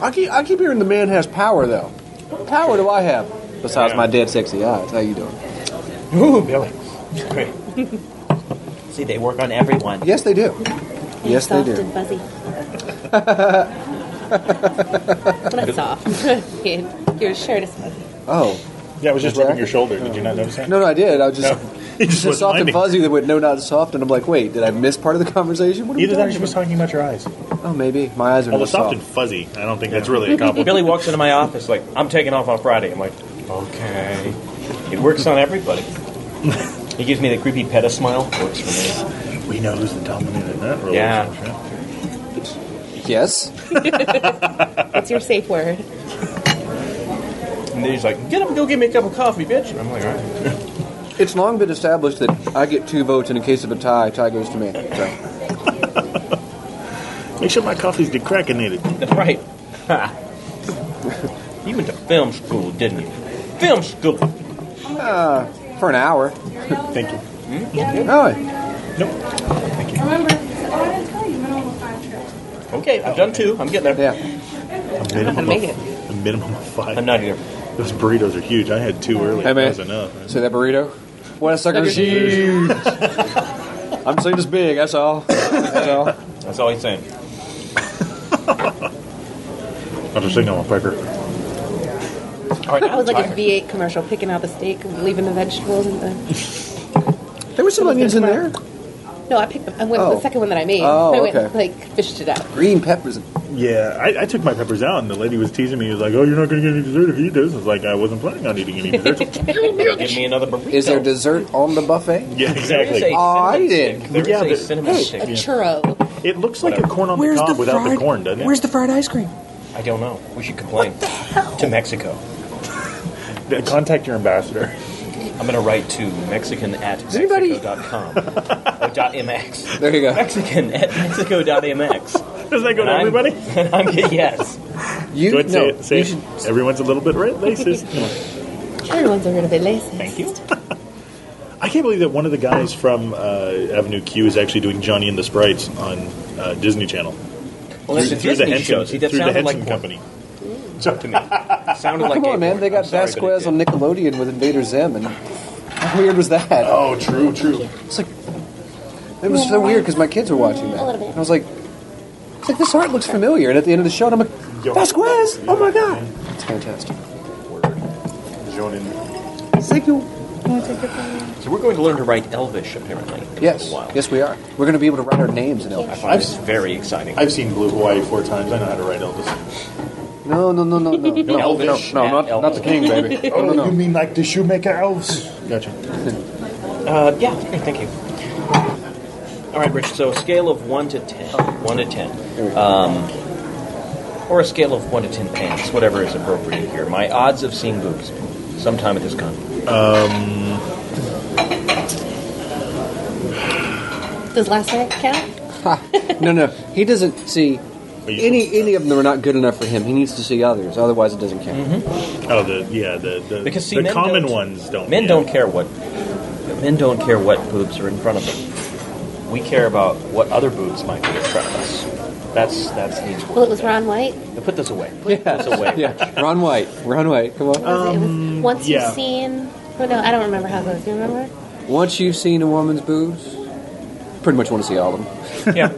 [SPEAKER 13] I keep, I keep hearing the man has power, though. What power do I have? Besides my dead sexy eyes. How you doing?
[SPEAKER 15] Ooh, Billy. Great. See, they work on everyone.
[SPEAKER 13] Yes, they do. Yes, they
[SPEAKER 14] soft
[SPEAKER 13] do.
[SPEAKER 14] and
[SPEAKER 13] (laughs)
[SPEAKER 14] fuzzy. Not soft. (laughs) Your- Your shirt is fuzzy.
[SPEAKER 13] Oh.
[SPEAKER 12] Yeah, I was just
[SPEAKER 13] That's
[SPEAKER 12] rubbing
[SPEAKER 13] it?
[SPEAKER 12] your shoulder. Did you not notice that?
[SPEAKER 13] No, no, I did. I was just, (laughs)
[SPEAKER 12] No. He
[SPEAKER 13] it's just,
[SPEAKER 12] just wasn't
[SPEAKER 13] soft and
[SPEAKER 12] minding.
[SPEAKER 13] fuzzy that went no, not soft. And I'm like, wait, did I miss part of the conversation? What are we
[SPEAKER 12] Either that or
[SPEAKER 13] talking
[SPEAKER 12] she was talking about your eyes.
[SPEAKER 13] about? Oh, maybe my eyes are
[SPEAKER 12] Although
[SPEAKER 13] not soft.
[SPEAKER 12] soft and fuzzy, I don't think that's really a compliment.
[SPEAKER 15] Uh, Billy walks into my office like, I'm taking off on Friday. I'm like, okay. It works on everybody. he gives me the creepy peta smile. Works for me.
[SPEAKER 12] (laughs) We know who's the dominant in that
[SPEAKER 15] Yeah.
[SPEAKER 12] relationship.
[SPEAKER 13] Yes.
[SPEAKER 14] What's your safe word?
[SPEAKER 15] And then he's like, get up and go get me a cup of coffee, bitch. And I'm like, all right.
[SPEAKER 13] It's long been established that I get two votes, and in case of a tie, tie goes to me. So,
[SPEAKER 12] Make sure my coffee's decrackinated.
[SPEAKER 15] Right. (laughs) you went to film school, didn't you? Film school.
[SPEAKER 13] uh, for an hour.
[SPEAKER 12] (laughs) Thank you.
[SPEAKER 13] Oh,
[SPEAKER 17] Remember, I didn't tell you, minimum of five trips.
[SPEAKER 15] Okay, I've done two. I'm getting there.
[SPEAKER 13] Yeah.
[SPEAKER 12] A minimum,
[SPEAKER 15] Make
[SPEAKER 12] of,
[SPEAKER 15] it.
[SPEAKER 12] a minimum of five.
[SPEAKER 15] I'm not either.
[SPEAKER 12] Those burritos are huge. I had two earlier.
[SPEAKER 13] Hey, man.
[SPEAKER 12] That was enough. man.
[SPEAKER 13] see that burrito? What a sucker!
[SPEAKER 12] (laughs)
[SPEAKER 13] I'm saying it's big. That's all. That's all.
[SPEAKER 15] That's all he's saying.
[SPEAKER 12] I'll just sing on my pecker.
[SPEAKER 15] All
[SPEAKER 14] (laughs)
[SPEAKER 15] right,
[SPEAKER 14] I was like
[SPEAKER 15] I'm
[SPEAKER 14] a
[SPEAKER 15] tired.
[SPEAKER 14] V8 commercial, picking out the steak, leaving the vegetables, and the
[SPEAKER 13] There were some onions in there.
[SPEAKER 14] No, I picked. The, I went with
[SPEAKER 13] Oh.
[SPEAKER 14] the second one that I made.
[SPEAKER 13] Oh,
[SPEAKER 14] I went
[SPEAKER 13] okay.
[SPEAKER 14] like fished it out.
[SPEAKER 13] Green peppers.
[SPEAKER 12] Yeah, I, I took my peppers out, and the lady was teasing me. She was like, "Oh, you're not going to get any dessert if you eat this." I was like, "I wasn't planning on eating any
[SPEAKER 13] (laughs)
[SPEAKER 12] dessert."
[SPEAKER 15] Give me another burrito.
[SPEAKER 13] Is there dessert on the buffet?
[SPEAKER 12] Yeah, exactly.
[SPEAKER 13] Oh, I did.
[SPEAKER 12] But yeah, but- hey,
[SPEAKER 14] A churro.
[SPEAKER 12] It looks like a corn on
[SPEAKER 13] Where's
[SPEAKER 12] the cob
[SPEAKER 13] the
[SPEAKER 12] without the
[SPEAKER 13] fried-
[SPEAKER 12] corn, doesn't it?
[SPEAKER 13] where's the fried ice cream?
[SPEAKER 15] I don't know. We should complain to Mexico.
[SPEAKER 12] The- Contact your ambassador. (laughs)
[SPEAKER 15] I'm going to write to Mexican at
[SPEAKER 13] anybody-
[SPEAKER 15] Mexico.com or dot .mx.
[SPEAKER 13] (laughs) There you go.
[SPEAKER 15] Mexican at Mexico.mx.
[SPEAKER 12] Does that go to everybody?
[SPEAKER 15] I'm, I'm, yes.
[SPEAKER 13] You
[SPEAKER 12] Go ahead,
[SPEAKER 13] no,
[SPEAKER 12] say it. Say
[SPEAKER 13] you
[SPEAKER 12] it. Everyone's a little bit right racist. Come on.
[SPEAKER 14] (laughs) Everyone's a little bit lazy.
[SPEAKER 12] Thank you. (laughs) I can't believe that one of the guys from uh, Avenue Q is actually doing Johnny and the Sprites on uh, Disney Channel.
[SPEAKER 15] Well, it's a Disney show. See, that
[SPEAKER 12] through the
[SPEAKER 15] sounded
[SPEAKER 12] Henson
[SPEAKER 15] like porn.
[SPEAKER 12] Company.
[SPEAKER 15] to me.
[SPEAKER 13] Well,
[SPEAKER 15] Sounded like
[SPEAKER 13] come
[SPEAKER 15] gay
[SPEAKER 13] on, man.
[SPEAKER 15] porn.
[SPEAKER 13] They got
[SPEAKER 15] I'm sorry, but it
[SPEAKER 13] Vasquez on Nickelodeon with Invader Zim, and (laughs) how weird was that?
[SPEAKER 12] Oh, true, true.
[SPEAKER 13] It's like it was so weird because my kids were watching that. And I was like, it's like this art looks familiar. And at the end of the show, and I'm like, Vasquez! Oh my god, it's fantastic. Signal.
[SPEAKER 15] did. So we're going to learn to write Elvish, apparently. in a
[SPEAKER 13] Yes,
[SPEAKER 15] little while.
[SPEAKER 13] yes, we are. We're going to be able to write our names in
[SPEAKER 15] I
[SPEAKER 13] Elvish.
[SPEAKER 15] find this very exciting.
[SPEAKER 12] I've seen Blue Hawaii four times. I know how to write Elvis.
[SPEAKER 13] No, no, no, no,
[SPEAKER 15] (laughs)
[SPEAKER 13] no, no, no,
[SPEAKER 15] Elvish,
[SPEAKER 13] no,
[SPEAKER 15] not
[SPEAKER 13] not, not the king, baby.
[SPEAKER 15] (laughs) Oh.
[SPEAKER 13] No, no, no.
[SPEAKER 12] mean like the shoemaker elves? Gotcha.
[SPEAKER 15] Uh, yeah, great, thank you. All right, Rich, so a scale of 1 to 10. 1 to 10. Um, or a scale of 1 to 10 pants, whatever is appropriate here. My odds of seeing boobs sometime at this con.
[SPEAKER 12] Um,
[SPEAKER 14] Does last night count?
[SPEAKER 13] no, no. He doesn't see any any of them are not good enough for him. He needs to see others, otherwise it doesn't count.
[SPEAKER 15] Mm-hmm.
[SPEAKER 12] oh, the yeah, the the,
[SPEAKER 15] Because see,
[SPEAKER 12] the
[SPEAKER 15] men
[SPEAKER 12] common
[SPEAKER 15] don't-
[SPEAKER 12] ones don't.
[SPEAKER 15] Men
[SPEAKER 12] yeah.
[SPEAKER 15] don't care what men don't care what boobs are in front of them. We care about what other boobs might be in front of us. That's that's needs
[SPEAKER 14] Well, it
[SPEAKER 15] work.
[SPEAKER 14] was Ron White.
[SPEAKER 15] Now Put this away. Put this away.
[SPEAKER 13] (laughs) Yeah, Ron White, Ron White, come on.
[SPEAKER 14] Was it- it was once
[SPEAKER 13] yeah.
[SPEAKER 14] you've seen. Oh no, I don't remember how it goes. Do you remember?
[SPEAKER 13] Once you've seen a woman's boobs, pretty much want to see all of them.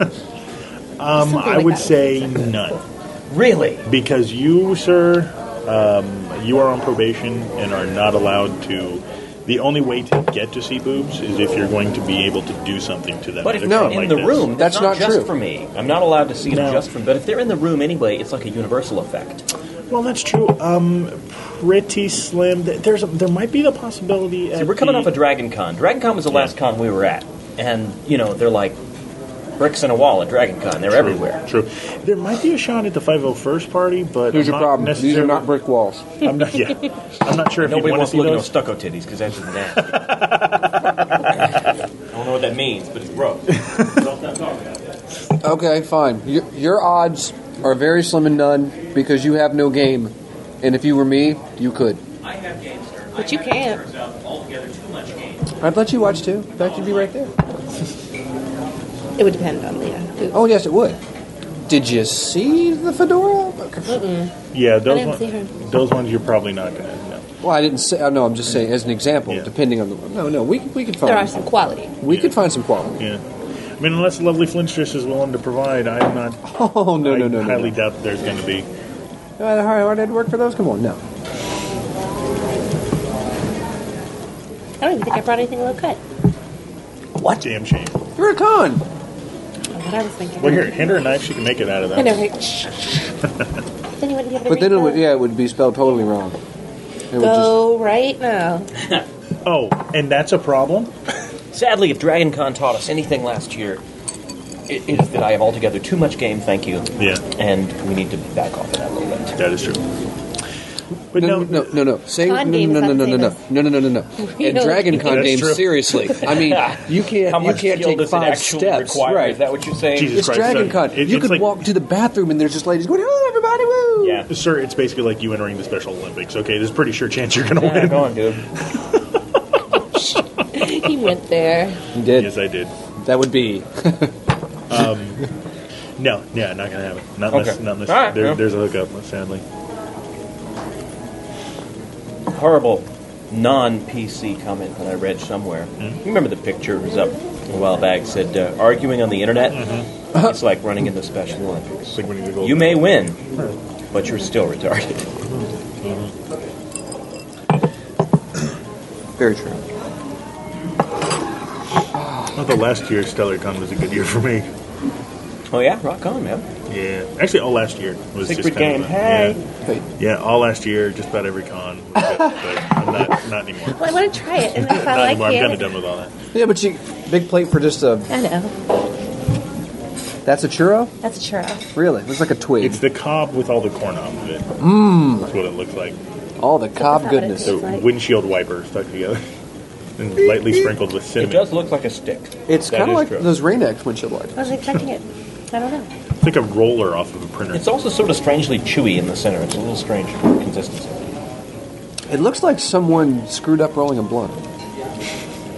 [SPEAKER 12] Um,
[SPEAKER 14] Something
[SPEAKER 12] I
[SPEAKER 14] like
[SPEAKER 12] would
[SPEAKER 14] that.
[SPEAKER 12] say none.
[SPEAKER 15] Really?
[SPEAKER 12] Because you, sir, um, you are on probation and are not allowed to. The only way to get to see boobs is if you're going to be able to do something to them.
[SPEAKER 15] But if
[SPEAKER 12] They're
[SPEAKER 15] they're
[SPEAKER 12] kinda
[SPEAKER 15] in the
[SPEAKER 12] like this.
[SPEAKER 15] room, that's,
[SPEAKER 13] That's
[SPEAKER 15] not,
[SPEAKER 13] not
[SPEAKER 15] just
[SPEAKER 13] true.
[SPEAKER 15] for me. I'm not allowed to see them
[SPEAKER 12] No.
[SPEAKER 15] just for me. But if they're in the room anyway, it's like a universal effect.
[SPEAKER 12] Well, that's true. Um, pretty slim. Th- There's a, there might be the possibility.
[SPEAKER 15] See,
[SPEAKER 12] at
[SPEAKER 15] we're coming
[SPEAKER 12] the-
[SPEAKER 15] off a Dragon Con. Dragon Con was the last con we were at, and you know they're like bricks in a wall at Dragon Con. They're
[SPEAKER 12] True,
[SPEAKER 15] everywhere.
[SPEAKER 12] True. There might be a shot at the 501st party, but
[SPEAKER 13] Here's
[SPEAKER 12] I'm
[SPEAKER 13] your
[SPEAKER 12] not
[SPEAKER 13] problem. These are
[SPEAKER 12] necessarily-
[SPEAKER 13] not brick walls.
[SPEAKER 12] I'm not. Yeah, I'm not sure if you
[SPEAKER 15] Nobody
[SPEAKER 12] want
[SPEAKER 15] wants
[SPEAKER 12] to see
[SPEAKER 15] looking at
[SPEAKER 12] those.
[SPEAKER 15] stucco titties because that's just
[SPEAKER 12] (laughs)
[SPEAKER 15] nasty. I don't know what that means, but it's
[SPEAKER 12] (laughs)
[SPEAKER 15] gross.
[SPEAKER 13] Okay, fine. Your, your odds are very slim and none because you have no game. And if you were me, you could.
[SPEAKER 15] I have games, sir.
[SPEAKER 14] But you can't.
[SPEAKER 15] Altogether too much game.
[SPEAKER 13] I'd let you watch too. That could be right there.
[SPEAKER 14] It would depend on the. Uh, boobs.
[SPEAKER 13] Oh, yes, it would. Did you see the fedora?
[SPEAKER 14] Mm-mm.
[SPEAKER 12] Yeah,
[SPEAKER 14] I
[SPEAKER 12] those
[SPEAKER 14] didn't see
[SPEAKER 12] ones.
[SPEAKER 14] her.
[SPEAKER 12] Those ones you're probably not going to. know.
[SPEAKER 13] Well, I didn't say. oh, No, I'm just saying as an example, depending on the. No, no, we, we could find.
[SPEAKER 14] There are some quality.
[SPEAKER 13] We could find some quality.
[SPEAKER 12] Yeah. I mean, unless Lovely Flintstress is willing to provide, I'm not.
[SPEAKER 13] (laughs) Oh, no,
[SPEAKER 12] I
[SPEAKER 13] no, no, no.
[SPEAKER 12] highly
[SPEAKER 13] no.
[SPEAKER 12] doubt that there's going to be.
[SPEAKER 13] Uh, Hard, hard I'd work for those? Come on, no.
[SPEAKER 14] I don't even think I brought anything low cut.
[SPEAKER 12] What? Damn shame.
[SPEAKER 13] You're a con.
[SPEAKER 14] That's what I was thinking.
[SPEAKER 12] Well, here, hand her a knife. She can make it out of
[SPEAKER 14] I
[SPEAKER 12] that.
[SPEAKER 14] know, right? Shh. then you wouldn't be able to
[SPEAKER 13] But then it
[SPEAKER 14] refill.
[SPEAKER 13] would, yeah, it would be spelled totally wrong. It would just.
[SPEAKER 14] Go right now.
[SPEAKER 12] Oh, and that's a problem.
[SPEAKER 15] Sadly, if Dragon Con taught us anything last year, it it is that I have altogether too much game, thank you.
[SPEAKER 12] Yeah.
[SPEAKER 15] And we need to back off of that a little bit.
[SPEAKER 12] That is true. But
[SPEAKER 13] No,
[SPEAKER 12] no,
[SPEAKER 13] no, no, no. Say no,
[SPEAKER 14] Con
[SPEAKER 13] no,
[SPEAKER 14] games
[SPEAKER 13] no, no,
[SPEAKER 14] aren't
[SPEAKER 13] no, no, no,
[SPEAKER 14] famous.
[SPEAKER 13] no, no, no, no, no. And
[SPEAKER 14] No.
[SPEAKER 13] Dragon Con
[SPEAKER 12] That's
[SPEAKER 13] games,
[SPEAKER 12] true.
[SPEAKER 13] seriously. I mean, you
[SPEAKER 15] How
[SPEAKER 13] can't, you
[SPEAKER 15] much
[SPEAKER 13] can't
[SPEAKER 15] skill
[SPEAKER 13] take
[SPEAKER 15] does it
[SPEAKER 13] five
[SPEAKER 15] actually
[SPEAKER 13] steps,
[SPEAKER 15] require?
[SPEAKER 13] right?
[SPEAKER 15] Is that what you're saying?
[SPEAKER 12] Jesus
[SPEAKER 13] it's
[SPEAKER 12] Christ,
[SPEAKER 13] Dragon
[SPEAKER 12] so
[SPEAKER 13] Con.
[SPEAKER 12] it-
[SPEAKER 13] you
[SPEAKER 12] it's
[SPEAKER 13] could
[SPEAKER 12] like-
[SPEAKER 13] walk to the bathroom and there's just ladies going, "Hello, everybody, woo!"
[SPEAKER 15] Yeah.
[SPEAKER 12] sir, it's basically like you entering the Special Olympics. Okay, there's a pretty sure chance you're going to
[SPEAKER 15] Yeah,
[SPEAKER 12] win.
[SPEAKER 15] go on, dude.
[SPEAKER 14] he went there.
[SPEAKER 13] He did.
[SPEAKER 12] (laughs) Yes, I did.
[SPEAKER 13] That would be.
[SPEAKER 12] No, yeah, not going to happen. Not unless,
[SPEAKER 15] Okay.
[SPEAKER 12] not unless
[SPEAKER 15] All right,
[SPEAKER 12] there,
[SPEAKER 15] yeah.
[SPEAKER 12] there's a hookup, sadly.
[SPEAKER 15] horrible non-PC comment that I read somewhere.
[SPEAKER 12] Mm-hmm.
[SPEAKER 15] You remember the picture it was up a while back? It said uh, arguing on the internet. It's like running in the Special Olympics.
[SPEAKER 12] Mm-hmm. It's like winning the gold.
[SPEAKER 15] You may win, but you're still retarded. (laughs)
[SPEAKER 13] Very true.
[SPEAKER 12] I thought last year's Stellar Con was a good year for me.
[SPEAKER 15] Oh yeah, rock on, man.
[SPEAKER 12] Yeah, actually, all last year was
[SPEAKER 15] Secret
[SPEAKER 12] just
[SPEAKER 15] game.
[SPEAKER 12] kind Of a-
[SPEAKER 15] Hey.
[SPEAKER 12] Yeah. yeah, all last year, just about every
[SPEAKER 15] (laughs)
[SPEAKER 12] con, but, but not, not anymore.
[SPEAKER 14] Well, I want to try it,
[SPEAKER 13] (laughs)
[SPEAKER 14] and then if
[SPEAKER 12] (laughs) Not
[SPEAKER 14] I
[SPEAKER 12] anymore.
[SPEAKER 14] like
[SPEAKER 12] I'm kind of
[SPEAKER 14] it,
[SPEAKER 12] done with all that.
[SPEAKER 13] Yeah, but you big plate for just a.
[SPEAKER 14] I know
[SPEAKER 13] That's a churro.
[SPEAKER 14] that's a churro.
[SPEAKER 13] Really, looks like a twig.
[SPEAKER 12] It's the cob with all the corn off of it.
[SPEAKER 13] Mmm.
[SPEAKER 12] That's what it looks like.
[SPEAKER 13] All the
[SPEAKER 14] That's not
[SPEAKER 13] cob
[SPEAKER 14] what it
[SPEAKER 13] goodness.
[SPEAKER 14] tastes like.
[SPEAKER 12] Windshield wiper stuck together (laughs) and lightly sprinkled with cinnamon.
[SPEAKER 15] does look like a stick.
[SPEAKER 13] It's
[SPEAKER 12] That
[SPEAKER 13] kind of
[SPEAKER 12] is
[SPEAKER 13] like
[SPEAKER 12] true.
[SPEAKER 13] those Rain-X windshield wipers.
[SPEAKER 14] I was expecting it. I don't know.
[SPEAKER 12] It's like a roller off of a printer.
[SPEAKER 15] It's also sort of strangely chewy in the center. It's a little strange consistency.
[SPEAKER 13] It looks like someone screwed up rolling a blunt.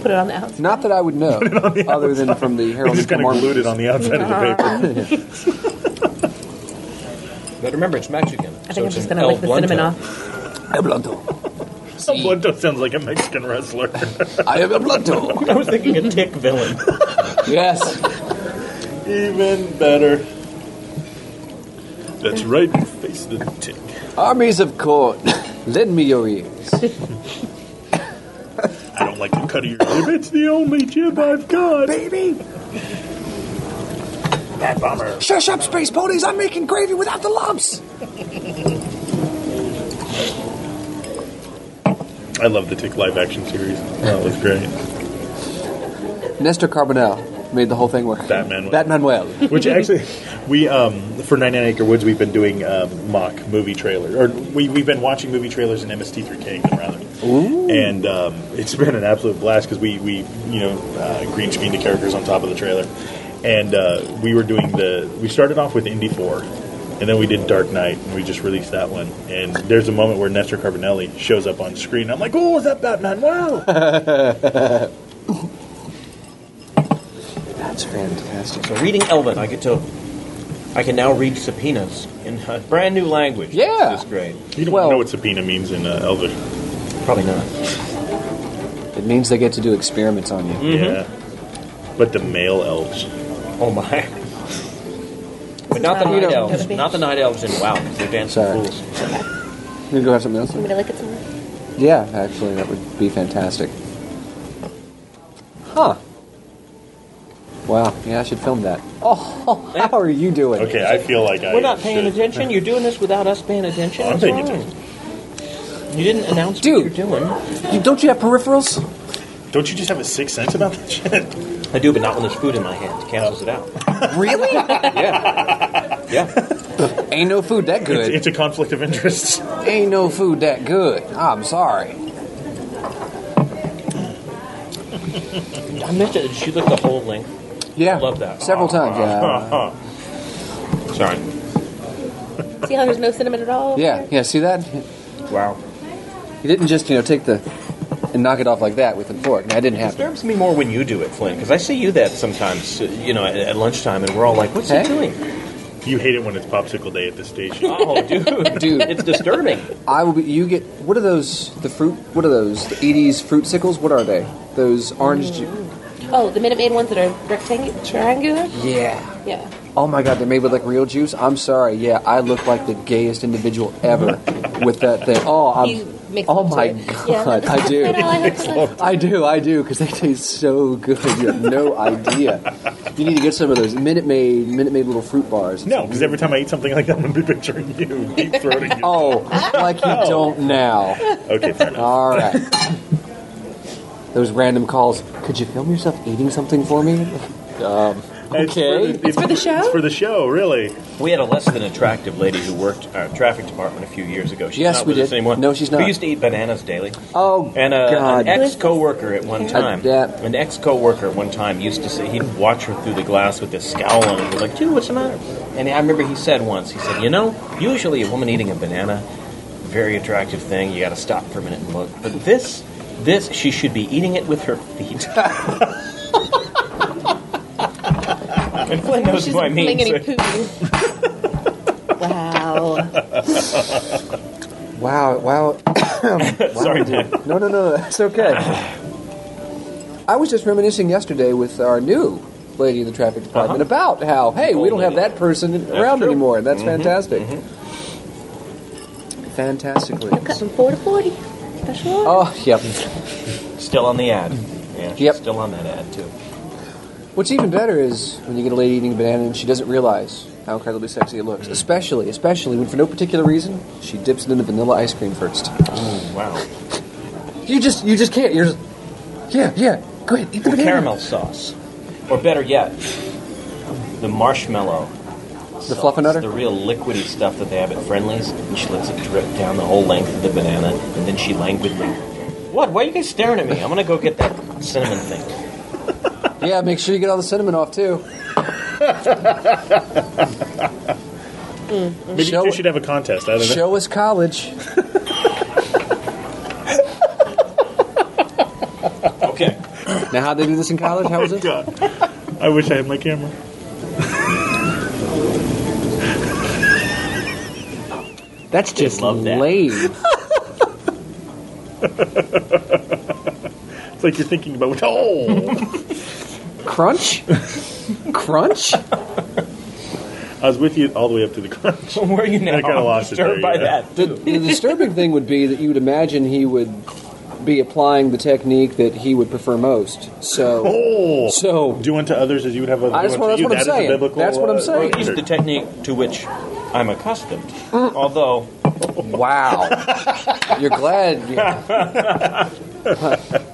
[SPEAKER 14] Put it on the outside.
[SPEAKER 13] Not that I would
[SPEAKER 15] (laughs)
[SPEAKER 13] know, other than from the Herald
[SPEAKER 12] just kinda
[SPEAKER 13] Mark- (laughs)
[SPEAKER 12] glued it on the outside of the paper. (laughs)
[SPEAKER 15] But remember, it's Mexican.
[SPEAKER 14] I think I'm just gonna lick the cinnamon off.
[SPEAKER 13] El Blunto.
[SPEAKER 12] El Blunto sounds like a Mexican wrestler.
[SPEAKER 13] I am El Blunto.
[SPEAKER 15] (laughs) I was thinking a dick villain.
[SPEAKER 13] (laughs) yes.
[SPEAKER 12] Even better. That's right. Face the tick.
[SPEAKER 13] Armies of court, (laughs) lend me your ears.
[SPEAKER 12] I don't like the cut of your jib. It's the only jib I've got.
[SPEAKER 16] Baby!
[SPEAKER 12] That bomber.
[SPEAKER 16] Shush up, space ponies! I'm making gravy without the lumps!
[SPEAKER 12] I love the Tick live action series. That was great.
[SPEAKER 13] Nestor Carbonell made the whole thing work.
[SPEAKER 12] Batman. was-
[SPEAKER 13] Manuel.
[SPEAKER 12] Which actually, we um, for 99 Acre Woods, we've been doing um, mock movie trailer, or we we've been watching movie trailers in MST3 Kingdom rather, and um, it's been an absolute blast because we we you know uh, green screen the characters on top of the trailer, and uh, we were doing the we started off with Indy 4. And then we did Dark Knight, and we just released that one. And there's a moment where Nestor Carbonelli shows up on screen. I'm like, "Oh, is that Batman? Wow!"
[SPEAKER 13] That's fantastic.
[SPEAKER 15] So reading Elvin, I get to, I can now read subpoenas in a brand new language.
[SPEAKER 13] Yeah.
[SPEAKER 15] This is great.
[SPEAKER 12] You don't know what subpoena means in uh, Elvish.
[SPEAKER 15] Probably not.
[SPEAKER 13] It means they get to do experiments on you.
[SPEAKER 15] Mm.
[SPEAKER 12] Yeah, but the male elves.
[SPEAKER 15] Oh my. But not the
[SPEAKER 14] You
[SPEAKER 15] night
[SPEAKER 14] know-
[SPEAKER 15] elves. Not the night elves in WoW. 'cause They're dancing
[SPEAKER 13] Sorry.
[SPEAKER 15] fools.
[SPEAKER 13] You go have something else?
[SPEAKER 14] I'm gonna lick it somewhere.
[SPEAKER 13] Yeah, actually, that would be fantastic. Huh. Wow. Yeah, I should film that. Oh, (laughs) how are you doing?
[SPEAKER 12] Okay, I feel like I
[SPEAKER 15] We're not paying
[SPEAKER 12] should-
[SPEAKER 15] attention. You're doing this without us paying attention.
[SPEAKER 12] I'm
[SPEAKER 15] What's
[SPEAKER 12] paying
[SPEAKER 15] wrong?
[SPEAKER 12] attention.
[SPEAKER 15] You Oh, didn't announce
[SPEAKER 13] Dude.
[SPEAKER 15] what you're doing.
[SPEAKER 13] You- don't you have peripherals?
[SPEAKER 12] Don't you just have a sixth sense about that shit?
[SPEAKER 15] I do, but not when there's food in my hand. It cancels it out.
[SPEAKER 13] Really?
[SPEAKER 15] Yeah. Yeah.
[SPEAKER 13] (laughs) Ain't no food that
[SPEAKER 12] It's,
[SPEAKER 13] good.
[SPEAKER 12] it's a conflict of interest.
[SPEAKER 13] Ain't no food that good. I'm sorry.
[SPEAKER 15] I missed it. Did you look the whole length?
[SPEAKER 13] Yeah.
[SPEAKER 15] Love that.
[SPEAKER 13] Several times.
[SPEAKER 15] (laughs)
[SPEAKER 13] Yeah.
[SPEAKER 15] Sorry.
[SPEAKER 14] See how there's no cinnamon at all? over
[SPEAKER 13] Yeah.
[SPEAKER 14] there?
[SPEAKER 13] Yeah. See that?
[SPEAKER 15] Wow.
[SPEAKER 13] You didn't just you know take the and knock it off like that with a fork. That didn't
[SPEAKER 15] It
[SPEAKER 13] happen.
[SPEAKER 15] disturbs me more when you do it, Flynn, because I see you that sometimes, uh, you know, at, at lunchtime, and we're all like, what's
[SPEAKER 13] Hey.
[SPEAKER 15] he doing?
[SPEAKER 12] You hate it when it's popsicle day at the station.
[SPEAKER 15] Oh, dude.
[SPEAKER 13] Dude.
[SPEAKER 15] It's disturbing.
[SPEAKER 13] I will be. You get what are those? The fruit? What are those? The Edie's fruit sickles? What are they? Those orange? Ju-
[SPEAKER 14] Oh, the Minute Maid ones that are rectangular, triangular.
[SPEAKER 13] yeah.
[SPEAKER 14] Yeah.
[SPEAKER 13] Oh my god, they're made with like real juice. I'm sorry. Yeah, I look like the gayest individual ever with that thing. Oh, I'm.
[SPEAKER 14] You mix
[SPEAKER 13] oh
[SPEAKER 14] them
[SPEAKER 13] my
[SPEAKER 14] to it. Yeah,
[SPEAKER 13] god, I do.
[SPEAKER 14] I know, I have to-
[SPEAKER 13] I do, I do, because they taste so good. You have no idea. You need to get some of those Minute Maid, Minute Maid little fruit bars.
[SPEAKER 12] (laughs) No, because every time I eat something like that, I'm gonna be picturing you (laughs) deep
[SPEAKER 15] (laughs)
[SPEAKER 12] throating. you.
[SPEAKER 13] Oh, like you don't now.
[SPEAKER 12] Okay, fair enough.
[SPEAKER 13] All right.
[SPEAKER 15] (laughs)
[SPEAKER 13] Those random calls. Could you film yourself eating something for me? (laughs) Um, okay.
[SPEAKER 12] It's for the show. It's for the show, really.
[SPEAKER 15] We had a less than attractive lady who worked our traffic department a few years ago. She's
[SPEAKER 13] Yes,
[SPEAKER 15] not
[SPEAKER 13] we
[SPEAKER 15] with us
[SPEAKER 13] did.
[SPEAKER 15] anymore.
[SPEAKER 13] No, she's
[SPEAKER 15] We
[SPEAKER 13] not.
[SPEAKER 15] used to eat bananas daily.
[SPEAKER 13] Oh
[SPEAKER 15] And uh,
[SPEAKER 13] God.
[SPEAKER 15] an ex-co-worker at one time,
[SPEAKER 13] yeah.
[SPEAKER 15] an ex-co-worker at one time used to say he'd watch her through the glass with this scowl on it. He was like, "Dude, what's the matter?" And I remember he said once, he said, "You know, usually a woman eating a banana, very attractive thing. You got to stop for a minute and look. But this, this, she should be eating it with her
[SPEAKER 13] (laughs)
[SPEAKER 15] feet." and Flynn knows
[SPEAKER 14] She's
[SPEAKER 15] who I mean. so-
[SPEAKER 14] blingity
[SPEAKER 13] (laughs)
[SPEAKER 14] poo. wow.
[SPEAKER 13] Wow! Wow! (coughs)
[SPEAKER 15] (laughs) Sorry, Dan.
[SPEAKER 13] No, no, no. It's
[SPEAKER 15] (sighs)
[SPEAKER 13] okay. I was just reminiscing yesterday with our new lady in the traffic department about how hey, we don't have that person around
[SPEAKER 15] Uh-huh. true. Mm-hmm,
[SPEAKER 13] anymore, and that's fantastic. Fantastically.
[SPEAKER 14] Cut from four to forty. Special. order.
[SPEAKER 13] Oh, yep.
[SPEAKER 15] Still on the ad. Yeah, she's
[SPEAKER 13] Yep.
[SPEAKER 15] still on that ad too.
[SPEAKER 13] What's even better is when you get a lady eating a banana and she doesn't realize how incredibly sexy it looks. Especially, especially when for no particular reason she dips it into vanilla ice cream first.
[SPEAKER 15] Oh, wow.
[SPEAKER 13] You just you just can't. You're just yeah yeah. Go ahead eat the
[SPEAKER 15] Or
[SPEAKER 13] banana.
[SPEAKER 15] caramel sauce. Or better yet, the marshmallow.
[SPEAKER 13] The fluffernutter?
[SPEAKER 15] The real liquidy stuff that they have at Friendly's. And she lets it drip down the whole length of the banana, and then she languidly. What? Why are you guys staring at me? I'm gonna go get that cinnamon thing. (laughs)
[SPEAKER 13] Yeah, make sure you get all the cinnamon off too.
[SPEAKER 12] Maybe
[SPEAKER 13] Show-
[SPEAKER 12] you two should have a contest. I don't know.
[SPEAKER 13] Show us college.
[SPEAKER 15] okay.
[SPEAKER 13] Now, how they do this in college? How
[SPEAKER 15] (laughs)
[SPEAKER 13] was it?
[SPEAKER 12] I wish I had my camera.
[SPEAKER 13] That's just
[SPEAKER 15] love that.
[SPEAKER 13] lame.
[SPEAKER 12] It's like you're thinking about (laughs) oh,
[SPEAKER 15] (laughs)
[SPEAKER 13] crunch, crunch.
[SPEAKER 12] I was with you all the way up to the crunch.
[SPEAKER 15] Where are you
[SPEAKER 12] I kind of lost it there, yeah.
[SPEAKER 13] The, the disturbing thing would be that you would imagine he would be applying the technique that he would prefer most. So,
[SPEAKER 12] Oh,
[SPEAKER 13] so
[SPEAKER 12] do unto others as you would have others
[SPEAKER 13] I just
[SPEAKER 12] do
[SPEAKER 13] want-
[SPEAKER 12] unto you.
[SPEAKER 13] that's what I'm
[SPEAKER 12] That is a
[SPEAKER 13] saying.
[SPEAKER 12] biblical,
[SPEAKER 13] That's what I'm
[SPEAKER 12] uh,
[SPEAKER 13] saying.
[SPEAKER 12] standard.
[SPEAKER 15] Is the technique to which I'm accustomed. (laughs) Although,
[SPEAKER 13] wow, you're glad.
[SPEAKER 15] (laughs)
[SPEAKER 13] you-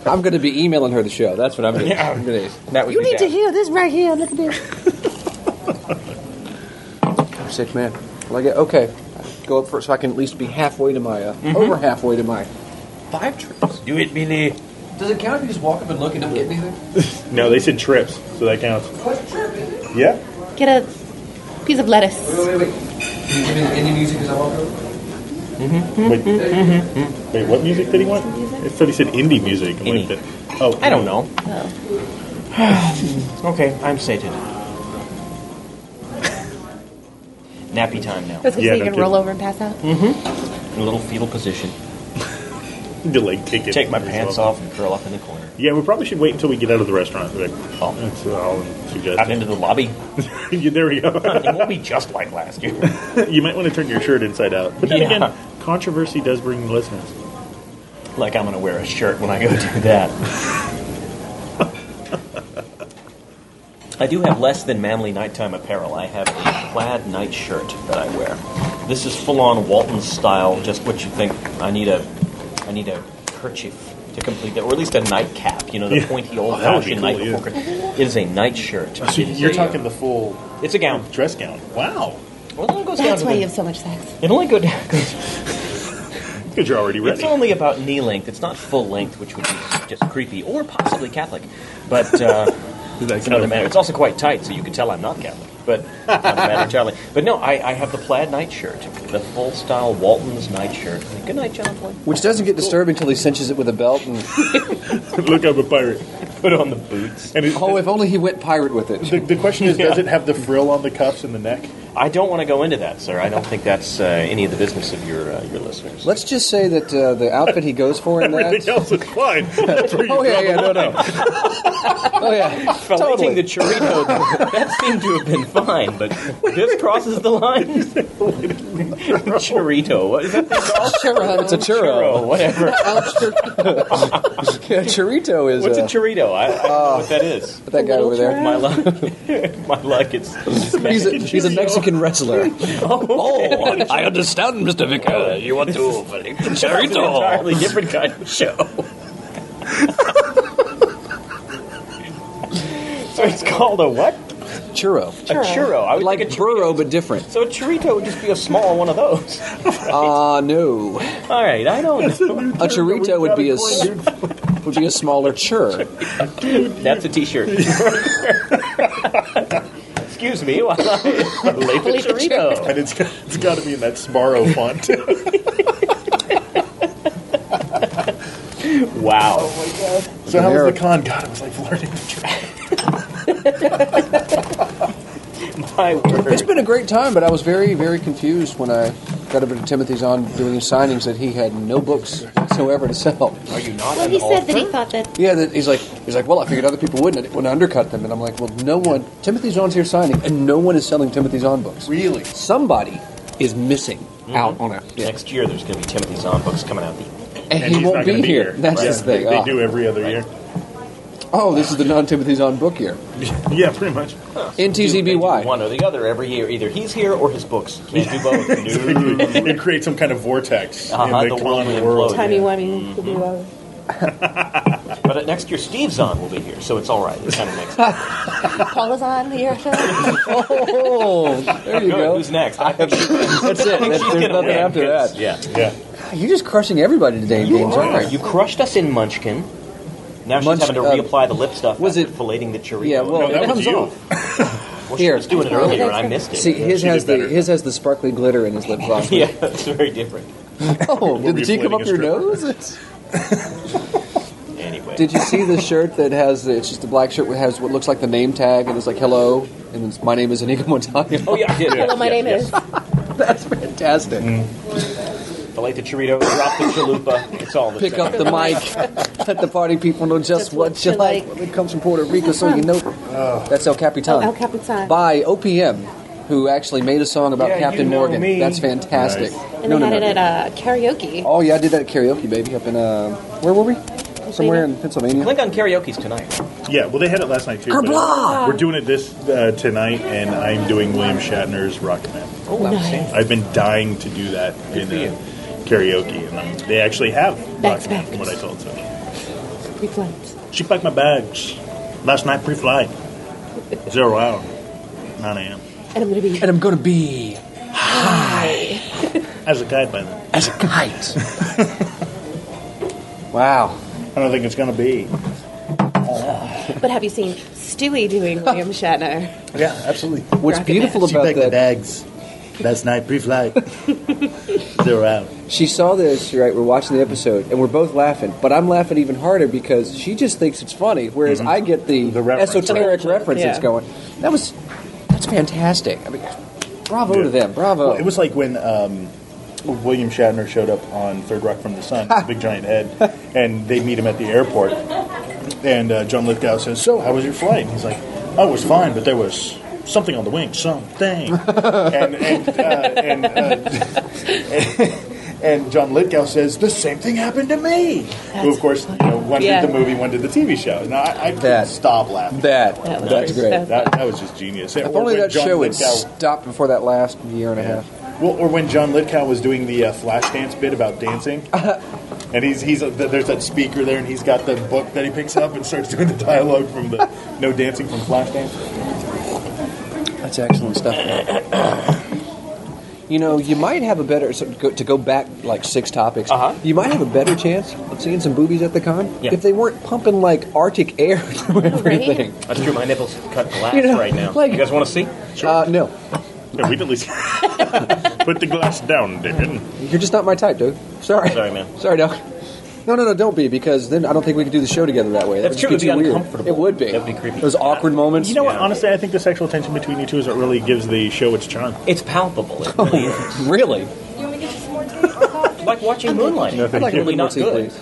[SPEAKER 13] I'm going to be emailing her the show. That's what I'm going to.
[SPEAKER 15] Yeah.
[SPEAKER 13] I'm gonna,
[SPEAKER 15] that would
[SPEAKER 5] You
[SPEAKER 15] be
[SPEAKER 5] need to
[SPEAKER 15] bad.
[SPEAKER 5] hear this right here. Look at this.
[SPEAKER 13] (laughs) I'm sick, man. Like, okay, go up first so I can at least be halfway to my uh, over halfway to my.
[SPEAKER 15] Five trips. Mm-hmm. Do it, Billy.
[SPEAKER 13] Does it count if you just walk up and look and don't get anything?
[SPEAKER 12] No, they said trips, so that counts. Yeah.
[SPEAKER 14] Get a piece of lettuce.
[SPEAKER 13] Wait, wait, wait. Can you give me any music as I walk over?
[SPEAKER 12] Wait, wait, what music did he want? I thought he said indie music. I'm like, oh,
[SPEAKER 15] I don't know.
[SPEAKER 14] Oh.
[SPEAKER 15] (sighs) Okay, I'm sated. Nappy time now.
[SPEAKER 14] That's what
[SPEAKER 15] Yeah,
[SPEAKER 14] you
[SPEAKER 15] no
[SPEAKER 14] can
[SPEAKER 15] kidding.
[SPEAKER 14] roll over and pass out.
[SPEAKER 15] Mm-hmm. In a little fetal position.
[SPEAKER 12] The leg kick it.
[SPEAKER 15] Take my pants off and curl up in the corner.
[SPEAKER 12] Yeah, we probably should wait until we get out of the restaurant. Like,
[SPEAKER 15] Oh.
[SPEAKER 12] That's all I'm
[SPEAKER 15] Out
[SPEAKER 12] (laughs) suggesting.
[SPEAKER 15] into the lobby.
[SPEAKER 12] Yeah, there we go. (laughs)
[SPEAKER 15] it won't be just like last year.
[SPEAKER 12] you might want to turn your shirt inside out. But then
[SPEAKER 15] Yeah.
[SPEAKER 12] again, controversy does bring listeners.
[SPEAKER 15] Like I'm gonna wear a shirt when I go do that. I do have less than manly nighttime apparel. I have a plaid night shirt that I wear. This is full on Walton style, just what you think. I need a, I need a kerchief to complete that, or at least a nightcap. You know, the
[SPEAKER 12] Yeah.
[SPEAKER 15] pointy
[SPEAKER 12] (laughs) Oh,
[SPEAKER 15] old
[SPEAKER 12] that would be
[SPEAKER 15] fashioned
[SPEAKER 12] cool,
[SPEAKER 15] night.
[SPEAKER 12] yeah.
[SPEAKER 15] poker. It is a night shirt.
[SPEAKER 12] So
[SPEAKER 15] It is
[SPEAKER 12] you're
[SPEAKER 15] a-
[SPEAKER 12] talking the full
[SPEAKER 15] It's a gown.
[SPEAKER 12] dress gown. Wow.
[SPEAKER 15] Well, it only goes down
[SPEAKER 14] That's
[SPEAKER 15] to
[SPEAKER 14] why
[SPEAKER 15] the-
[SPEAKER 14] you have so much sex.
[SPEAKER 15] It only go down.
[SPEAKER 12] Because you're already ready.
[SPEAKER 15] It's only about knee length. It's not full length, which would be just creepy or possibly Catholic. But (laughs) uh, it's another matter. It's also quite tight, so you could tell I'm not Catholic. But it's not a matter entirely. But no, I, I have the plaid night shirt, the full style Walton's night shirt. Good night, John Floyd.
[SPEAKER 13] Which doesn't get disturbing until he cinches it with a belt. And
[SPEAKER 12] Look, I'm a pirate.
[SPEAKER 15] Put on the boots.
[SPEAKER 12] And it,
[SPEAKER 13] oh, if only he went pirate with it.
[SPEAKER 12] (laughs) the, the question is, does it have the frill on the cuffs and the neck? (laughs)
[SPEAKER 15] I don't want to go into that, sir. I don't think that's uh, any of the business of your uh, your listeners.
[SPEAKER 13] Let's just say that uh, the outfit he goes for
[SPEAKER 15] (laughs)
[SPEAKER 13] in that.
[SPEAKER 12] Everything else is fine. That's where you
[SPEAKER 13] Oh yeah,
[SPEAKER 12] draw the
[SPEAKER 13] yeah, no, no. Oh
[SPEAKER 15] (laughs)
[SPEAKER 13] yeah,
[SPEAKER 15] Felt eating the chorito, (laughs) that seemed to have been fine, but this crosses the (laughs) line. chorito, what is that? (laughs)
[SPEAKER 13] churro. It's a churro.
[SPEAKER 15] Churro,
[SPEAKER 13] (laughs)
[SPEAKER 15] whatever.
[SPEAKER 13] Yeah, Ah. churrito is
[SPEAKER 15] What's a
[SPEAKER 13] uh,
[SPEAKER 15] chorito? I, I don't know what that is.
[SPEAKER 13] that guy over there.
[SPEAKER 15] My luck, (laughs) my luck. It's
[SPEAKER 13] He's a, he's a
[SPEAKER 15] (laughs)
[SPEAKER 13] Mexican wrestler.
[SPEAKER 15] oh,
[SPEAKER 16] I understand, Mr. Vicar. You want
[SPEAKER 13] (laughs)
[SPEAKER 16] to flake the cherry
[SPEAKER 15] it's an entirely different kind of show. (laughs) so it's called a what?
[SPEAKER 13] Churro.
[SPEAKER 15] A churro. I would
[SPEAKER 13] Like
[SPEAKER 15] like a churro.
[SPEAKER 13] burro, but different.
[SPEAKER 15] So a chorito would just be a small one of those. (laughs)
[SPEAKER 13] Ah, no.
[SPEAKER 15] All right,
[SPEAKER 13] (laughs)
[SPEAKER 15] I don't. know.
[SPEAKER 13] A churrito would be a s- would be a smaller chur.
[SPEAKER 15] That's a T-shirt. (laughs) Excuse me,
[SPEAKER 13] (laughs)
[SPEAKER 15] while I relate the chorito.
[SPEAKER 12] (laughs) And it's got, it's got to be in that Sparrow font. (laughs)
[SPEAKER 15] Wow.
[SPEAKER 12] so how was the con? God, it was like learning the track.
[SPEAKER 15] My word.
[SPEAKER 13] It's been a great time, but I was very, very confused when I got over to Timothy's on doing his signings that he had no books whatsoever to sell.
[SPEAKER 15] Are you not
[SPEAKER 14] Well,
[SPEAKER 15] an
[SPEAKER 14] he said that he
[SPEAKER 15] author?
[SPEAKER 14] thought that
[SPEAKER 13] Yeah, that he's like, he's like, well, I figured other people wouldn't. I didn't want to undercut them, and I'm like, well, no one. Timothy Zahn's here signing, and no one is selling Timothy Zahn books.
[SPEAKER 12] Really?
[SPEAKER 13] Somebody is missing out on it,
[SPEAKER 15] Next year, there's going to be Timothy Zahn books coming out.
[SPEAKER 13] and, he
[SPEAKER 12] he's
[SPEAKER 13] won't
[SPEAKER 12] not
[SPEAKER 13] be
[SPEAKER 12] gonna
[SPEAKER 13] here. That's
[SPEAKER 12] Right.
[SPEAKER 13] his thing.
[SPEAKER 12] They, they
[SPEAKER 13] Ah.
[SPEAKER 12] do every other year.
[SPEAKER 13] Oh, this is the non Timothy's on book year.
[SPEAKER 12] (laughs) yeah, pretty much.
[SPEAKER 13] NTZBY. (laughs)
[SPEAKER 15] One or the other every year. Either he's here or his books. Can't do
[SPEAKER 13] (laughs)
[SPEAKER 15] both.
[SPEAKER 12] it creates some kind of vortex
[SPEAKER 15] Uh-huh,
[SPEAKER 12] in the,
[SPEAKER 15] the world
[SPEAKER 12] con
[SPEAKER 15] will
[SPEAKER 12] world.
[SPEAKER 15] implode. Timey
[SPEAKER 14] wimey.
[SPEAKER 13] Mm-hmm.
[SPEAKER 15] But uh, next year, Steve's on will be here, so it's all right. It kind
[SPEAKER 13] (laughs)
[SPEAKER 15] of makes sense.
[SPEAKER 14] Paul is on the
[SPEAKER 15] (coughs)
[SPEAKER 14] air show.
[SPEAKER 13] Oh, there you
[SPEAKER 15] Good,
[SPEAKER 13] go.
[SPEAKER 15] Who's next? I (laughs) have,
[SPEAKER 13] That's it. That's- there's nothing after that.
[SPEAKER 15] Yeah.
[SPEAKER 12] Yeah.
[SPEAKER 13] You're just crushing everybody today,
[SPEAKER 15] You
[SPEAKER 13] James.
[SPEAKER 15] are.
[SPEAKER 13] aren't
[SPEAKER 15] You crushed us in Munchkin. Now she's
[SPEAKER 13] Munch-
[SPEAKER 15] having to
[SPEAKER 13] uh,
[SPEAKER 15] reapply the lip stuff. Was it filleting the chorizo?
[SPEAKER 13] Yeah, well, No, that it was comes you. off.
[SPEAKER 15] Well, she was doing it earlier, and I missed it.
[SPEAKER 13] (laughs) See, his has the his has the sparkly glitter in his lip gloss.
[SPEAKER 15] (laughs) yeah, it's very different.
[SPEAKER 13] (laughs) Oh, did the tea come up your nose?
[SPEAKER 15] Anyway,
[SPEAKER 13] Did you see the shirt that has the, it's just a black shirt that has what looks like the name tag and it's like hello and it's my name is Enigo Montaño.
[SPEAKER 15] Oh yeah,
[SPEAKER 13] (laughs)
[SPEAKER 15] I did. Mm.
[SPEAKER 14] Hello, my
[SPEAKER 15] Yes,
[SPEAKER 14] name
[SPEAKER 15] yes.
[SPEAKER 14] is.
[SPEAKER 13] that's fantastic.
[SPEAKER 15] Fillet the chorizo, drop the chalupa. It's all the
[SPEAKER 13] Pick
[SPEAKER 15] same.
[SPEAKER 13] up the mic. Let the party people know just, what you like. It comes from Puerto Rico, so you know. That's El Capitan.
[SPEAKER 14] Oh, El Capitan.
[SPEAKER 13] By OPM, who actually made a song about
[SPEAKER 14] Yeah,
[SPEAKER 13] Captain
[SPEAKER 14] you know
[SPEAKER 13] Morgan.
[SPEAKER 14] me.
[SPEAKER 13] That's fantastic.
[SPEAKER 14] And they had it at uh, karaoke.
[SPEAKER 13] Oh yeah, I did that at karaoke, baby, up in uh, where were we? Somewhere in Pennsylvania.
[SPEAKER 15] Click on karaoke's tonight.
[SPEAKER 12] Yeah, well, they had it last night too. but
[SPEAKER 13] Hurrah!
[SPEAKER 12] We're doing it this uh, tonight, and I'm doing William Shatner's Rocketman.
[SPEAKER 15] Oh, nice.
[SPEAKER 12] I've been dying to do that in uh, karaoke, and um, they actually have Rocketman, from what I told them.
[SPEAKER 14] Pre-flight.
[SPEAKER 12] She packed my bags last
[SPEAKER 13] (laughs)
[SPEAKER 12] night pre-flight, zero hour, nine a.m.
[SPEAKER 14] And I'm going to
[SPEAKER 15] (laughs)
[SPEAKER 14] be.
[SPEAKER 13] And I'm gonna be
[SPEAKER 14] Hi.
[SPEAKER 12] As a kite by then.
[SPEAKER 13] As a kite. wow.
[SPEAKER 12] I don't think it's gonna be.
[SPEAKER 14] But have you seen Stewie
[SPEAKER 15] Oh.
[SPEAKER 14] doing William
[SPEAKER 15] (laughs)
[SPEAKER 14] Shatner?
[SPEAKER 12] Yeah, absolutely.
[SPEAKER 13] What's beautiful about that?
[SPEAKER 12] bags last night pre-flight, zero hour.
[SPEAKER 13] She saw this, right? We're watching the episode, and we're both laughing. But I'm laughing even harder because she just thinks it's funny, whereas I get the, esoteric reference that's
[SPEAKER 12] Yeah.
[SPEAKER 13] going. That was that's fantastic. I mean, bravo to them, bravo.
[SPEAKER 12] Well, it was like when um, William Shatner showed up on Third Rock from the Sun, his big giant head, and they meet him at the airport. And uh, John Lithgow says, "So, how was your flight?" And he's like, "Oh, it was fine, but there was something on the wing, something." and and, uh, and, uh, (laughs) and John Lithgow says, "The same thing happened to me." Who, of course, you know, one
[SPEAKER 14] Yeah.
[SPEAKER 12] did the movie, one did the TV show. Now I, I
[SPEAKER 13] That-
[SPEAKER 12] couldn't stop laughing.
[SPEAKER 13] that-
[SPEAKER 12] That was
[SPEAKER 13] that's great.
[SPEAKER 12] That, that was just genius.
[SPEAKER 13] if
[SPEAKER 12] Or
[SPEAKER 13] only
[SPEAKER 12] when
[SPEAKER 13] that
[SPEAKER 12] John
[SPEAKER 13] show would
[SPEAKER 12] Lithgow-
[SPEAKER 13] stopped before that last year and a half.
[SPEAKER 12] well, or when John Lithgow was doing the uh, flash dance bit
[SPEAKER 13] (laughs)
[SPEAKER 12] about dancing,
[SPEAKER 13] Uh-huh.
[SPEAKER 12] and he's he's uh, th- there's that speaker there, and he's got the book that he picks up and starts doing the dialogue from the no dancing from Flashdance.
[SPEAKER 13] That's excellent stuff. (coughs) you know, you might have a better so to, go, to go back like six topics. Uh-huh. You might have a better chance of seeing some boobies at the con
[SPEAKER 15] Yeah.
[SPEAKER 13] if they weren't pumping like Arctic air (laughs) through everything.
[SPEAKER 15] That's true. My nipples cut glass
[SPEAKER 13] You know,
[SPEAKER 15] right now.
[SPEAKER 13] like-
[SPEAKER 15] you guys want to see?
[SPEAKER 13] Uh, no,
[SPEAKER 12] Yeah, we'd at least (laughs) put the glass down, Dickon.
[SPEAKER 13] you're just not my type, dude. Sorry.
[SPEAKER 15] Sorry,
[SPEAKER 13] (laughs)
[SPEAKER 15] man.
[SPEAKER 13] Sorry, Doc. No, no, no, don't be, because then I don't think we could do the show together that way. That
[SPEAKER 15] That's
[SPEAKER 13] would
[SPEAKER 15] true,
[SPEAKER 13] just
[SPEAKER 15] it'd
[SPEAKER 13] be
[SPEAKER 15] be
[SPEAKER 13] too
[SPEAKER 15] uncomfortable.
[SPEAKER 13] Weird. It would be.
[SPEAKER 15] That'd be creepy.
[SPEAKER 13] Those awkward moments.
[SPEAKER 12] You know what? Honestly, I think the sexual tension between you two is what really gives the show its charm.
[SPEAKER 15] It's palpable. It
[SPEAKER 13] (laughs)
[SPEAKER 15] really is.
[SPEAKER 13] Really?
[SPEAKER 17] You want me to get you some more tea?
[SPEAKER 15] like watching Moonlight.
[SPEAKER 12] No, thank
[SPEAKER 15] like
[SPEAKER 12] you.
[SPEAKER 15] really not good.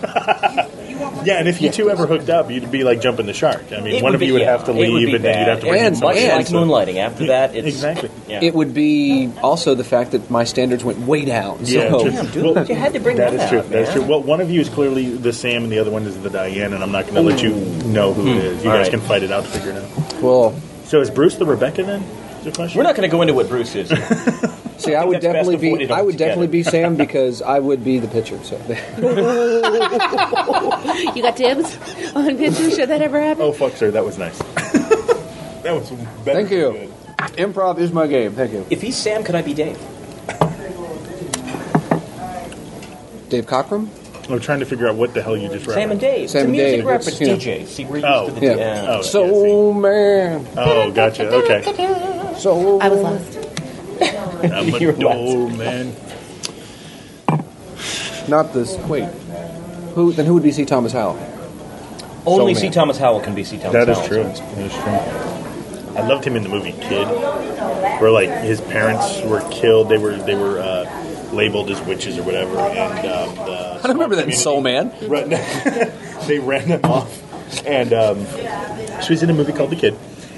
[SPEAKER 12] Yeah, and if you two ever hooked up, you'd be like jumping the shark. I mean,
[SPEAKER 15] It
[SPEAKER 12] one
[SPEAKER 15] would
[SPEAKER 12] of
[SPEAKER 15] be-
[SPEAKER 12] you would
[SPEAKER 15] yeah,
[SPEAKER 12] have to
[SPEAKER 15] it would
[SPEAKER 12] leave,
[SPEAKER 15] be
[SPEAKER 12] and then you'd
[SPEAKER 15] bad.
[SPEAKER 12] have to
[SPEAKER 15] It
[SPEAKER 12] bring
[SPEAKER 13] would
[SPEAKER 12] in
[SPEAKER 13] be
[SPEAKER 12] someone
[SPEAKER 13] bad.
[SPEAKER 12] else.
[SPEAKER 15] Much like Moonlighting. After that, it's
[SPEAKER 12] exactly.
[SPEAKER 15] Yeah.
[SPEAKER 13] It would be also the fact that my standards went way down.
[SPEAKER 12] Yeah,
[SPEAKER 13] so.
[SPEAKER 12] true. Well,
[SPEAKER 15] You had to bring
[SPEAKER 12] That
[SPEAKER 15] that
[SPEAKER 12] is true.
[SPEAKER 15] out,
[SPEAKER 12] That's
[SPEAKER 15] man.
[SPEAKER 12] true. Well, one of you is clearly the Sam, and the other one is the Diane, and I'm not going to let you know who it is. You
[SPEAKER 15] Hmm. All
[SPEAKER 12] guys
[SPEAKER 15] right.
[SPEAKER 12] can fight it out to figure it out.
[SPEAKER 13] Well,
[SPEAKER 12] So is Bruce the Rebecca then? Is your question?
[SPEAKER 15] We're not going to go into what Bruce is.
[SPEAKER 13] See, I, would
[SPEAKER 15] that's best
[SPEAKER 13] definitely be
[SPEAKER 15] avoided
[SPEAKER 13] I would definitely
[SPEAKER 15] altogether.
[SPEAKER 13] be
[SPEAKER 15] (laughs)
[SPEAKER 13] Sam because I would be the pitcher. So
[SPEAKER 14] You got dibs on pictures? Should that ever happen?
[SPEAKER 12] Oh fuck, sir, that
[SPEAKER 15] (laughs)
[SPEAKER 12] was nice. that was better.
[SPEAKER 13] thank
[SPEAKER 12] than
[SPEAKER 13] you.
[SPEAKER 12] good.
[SPEAKER 13] (laughs) Improv is my game. Thank you,
[SPEAKER 15] If he's Sam, could I be Dave?
[SPEAKER 13] Dave Cockrum.
[SPEAKER 12] I'm trying to figure out what the hell you just read.
[SPEAKER 15] Sam and Dave.
[SPEAKER 13] Sam
[SPEAKER 15] it's a
[SPEAKER 13] and
[SPEAKER 15] music
[SPEAKER 13] Dave,
[SPEAKER 15] reference.
[SPEAKER 13] it's-
[SPEAKER 15] DJ. See, we're used
[SPEAKER 12] Oh,
[SPEAKER 15] to the
[SPEAKER 13] Yeah.
[SPEAKER 15] DJ.
[SPEAKER 12] oh,
[SPEAKER 13] so man,
[SPEAKER 12] yeah. oh, gotcha.
[SPEAKER 15] (laughs)
[SPEAKER 12] Okay.
[SPEAKER 13] so
[SPEAKER 14] I was lost.
[SPEAKER 12] I'm
[SPEAKER 15] You're
[SPEAKER 12] an old man.
[SPEAKER 13] not this. Wait, who then? Who would be C. Thomas
[SPEAKER 15] (laughs)
[SPEAKER 13] Howell?
[SPEAKER 15] Only
[SPEAKER 13] So
[SPEAKER 15] C.
[SPEAKER 13] man.
[SPEAKER 15] Thomas Howell can be C. Thomas
[SPEAKER 12] That
[SPEAKER 15] Howell.
[SPEAKER 12] is true. That is true. I loved him in the movie Kid, where like his parents were killed. They were they were uh, labeled as witches or whatever, and um, the
[SPEAKER 13] I don't remember that in
[SPEAKER 12] community-
[SPEAKER 13] Soul Man.
[SPEAKER 12] Right. (laughs) they ran him off, and um, so he's in a movie called The Kid,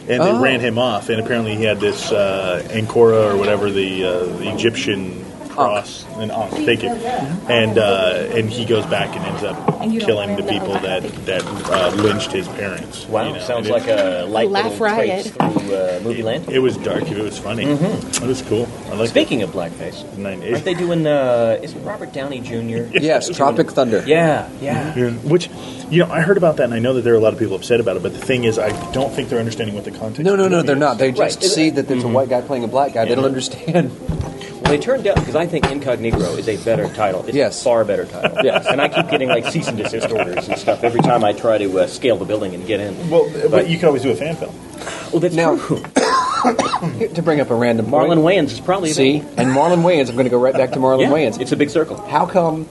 [SPEAKER 12] and they
[SPEAKER 13] Oh.
[SPEAKER 12] ran him off, and apparently he had this uh, Ankora or whatever the, uh, the Egyptian cross, an Ankh, thank you. And uh, and he goes back and ends up killing the people that that uh, lynched his parents.
[SPEAKER 15] Wow,
[SPEAKER 12] you know,
[SPEAKER 15] sounds
[SPEAKER 12] and
[SPEAKER 15] like a light
[SPEAKER 14] Laugh
[SPEAKER 15] little traipse
[SPEAKER 14] riot.
[SPEAKER 15] through uh, movie land.
[SPEAKER 12] It was dark. It was funny.
[SPEAKER 15] Mhm.
[SPEAKER 12] It was cool. I like
[SPEAKER 15] Speaking of blackface, aren't they doing? Uh, isn't Robert Downey Jr.
[SPEAKER 12] Yes, Tropic
[SPEAKER 13] Thunder.
[SPEAKER 15] Yeah, yeah.
[SPEAKER 12] Which, you know, I heard about that, and I know that there are a lot of people upset about it. But the thing is, I don't think they're understanding what the context.
[SPEAKER 13] No, no,
[SPEAKER 12] of the
[SPEAKER 13] no,
[SPEAKER 12] movie
[SPEAKER 13] they're
[SPEAKER 12] is.
[SPEAKER 13] not. They just see that there's a white guy playing a black guy. They don't understand.
[SPEAKER 15] Well, they turned down because I think Incognito is a better title. It's yes. a far better title.
[SPEAKER 13] Yes.
[SPEAKER 15] (laughs) And I keep getting like cease and desist orders and stuff every time I try to uh, scale the building and get in.
[SPEAKER 12] Well, but you can always do a fan film.
[SPEAKER 15] Well, that's (coughs)
[SPEAKER 13] Now- (coughs)
[SPEAKER 15] true.
[SPEAKER 13] Here, to bring up a random
[SPEAKER 15] Marlon
[SPEAKER 13] point.
[SPEAKER 15] Wayans is probably
[SPEAKER 13] See, and Marlon Wayans, I'm going to go right back to Marlon
[SPEAKER 15] Yeah,
[SPEAKER 13] Wayans.
[SPEAKER 15] It's a big circle.
[SPEAKER 13] How come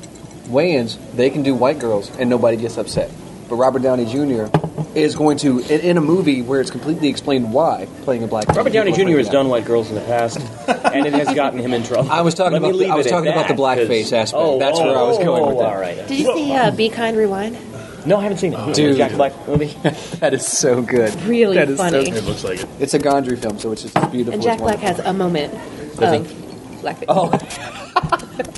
[SPEAKER 13] Wayans they can do white girls and nobody gets upset, but Robert Downey Jr. is going to in, in a movie where it's completely explained why playing a black.
[SPEAKER 15] Robert
[SPEAKER 13] people
[SPEAKER 15] Downey
[SPEAKER 13] are
[SPEAKER 15] Jr.
[SPEAKER 13] freaking
[SPEAKER 15] has
[SPEAKER 13] out.
[SPEAKER 15] done white girls in the
[SPEAKER 12] (laughs)
[SPEAKER 15] past, and it has gotten him in trouble.
[SPEAKER 13] I was talking
[SPEAKER 15] Let me
[SPEAKER 13] about the-
[SPEAKER 15] leave
[SPEAKER 13] I was
[SPEAKER 15] it at
[SPEAKER 13] talking about
[SPEAKER 15] that,
[SPEAKER 13] the blackface
[SPEAKER 15] 'cause-
[SPEAKER 13] aspect.
[SPEAKER 15] Oh,
[SPEAKER 13] That's
[SPEAKER 15] oh,
[SPEAKER 13] where I was going with
[SPEAKER 15] oh,
[SPEAKER 13] that.
[SPEAKER 15] All right.
[SPEAKER 14] Did you see
[SPEAKER 12] um,
[SPEAKER 14] uh, Be Kind Rewind?
[SPEAKER 15] No, I haven't seen it.
[SPEAKER 13] Dude.
[SPEAKER 15] Jack Black movie.
[SPEAKER 13] (laughs) That is so good.
[SPEAKER 14] Really
[SPEAKER 13] That is
[SPEAKER 14] funny.
[SPEAKER 13] So,
[SPEAKER 14] It
[SPEAKER 12] looks like it.
[SPEAKER 13] It's a Gondry film, so it's just
[SPEAKER 14] And
[SPEAKER 13] beautiful. It's
[SPEAKER 14] Jack Black
[SPEAKER 13] wonderful.
[SPEAKER 14] has a moment
[SPEAKER 13] Does he?
[SPEAKER 14] of blackface.
[SPEAKER 15] Oh,
[SPEAKER 13] (laughs)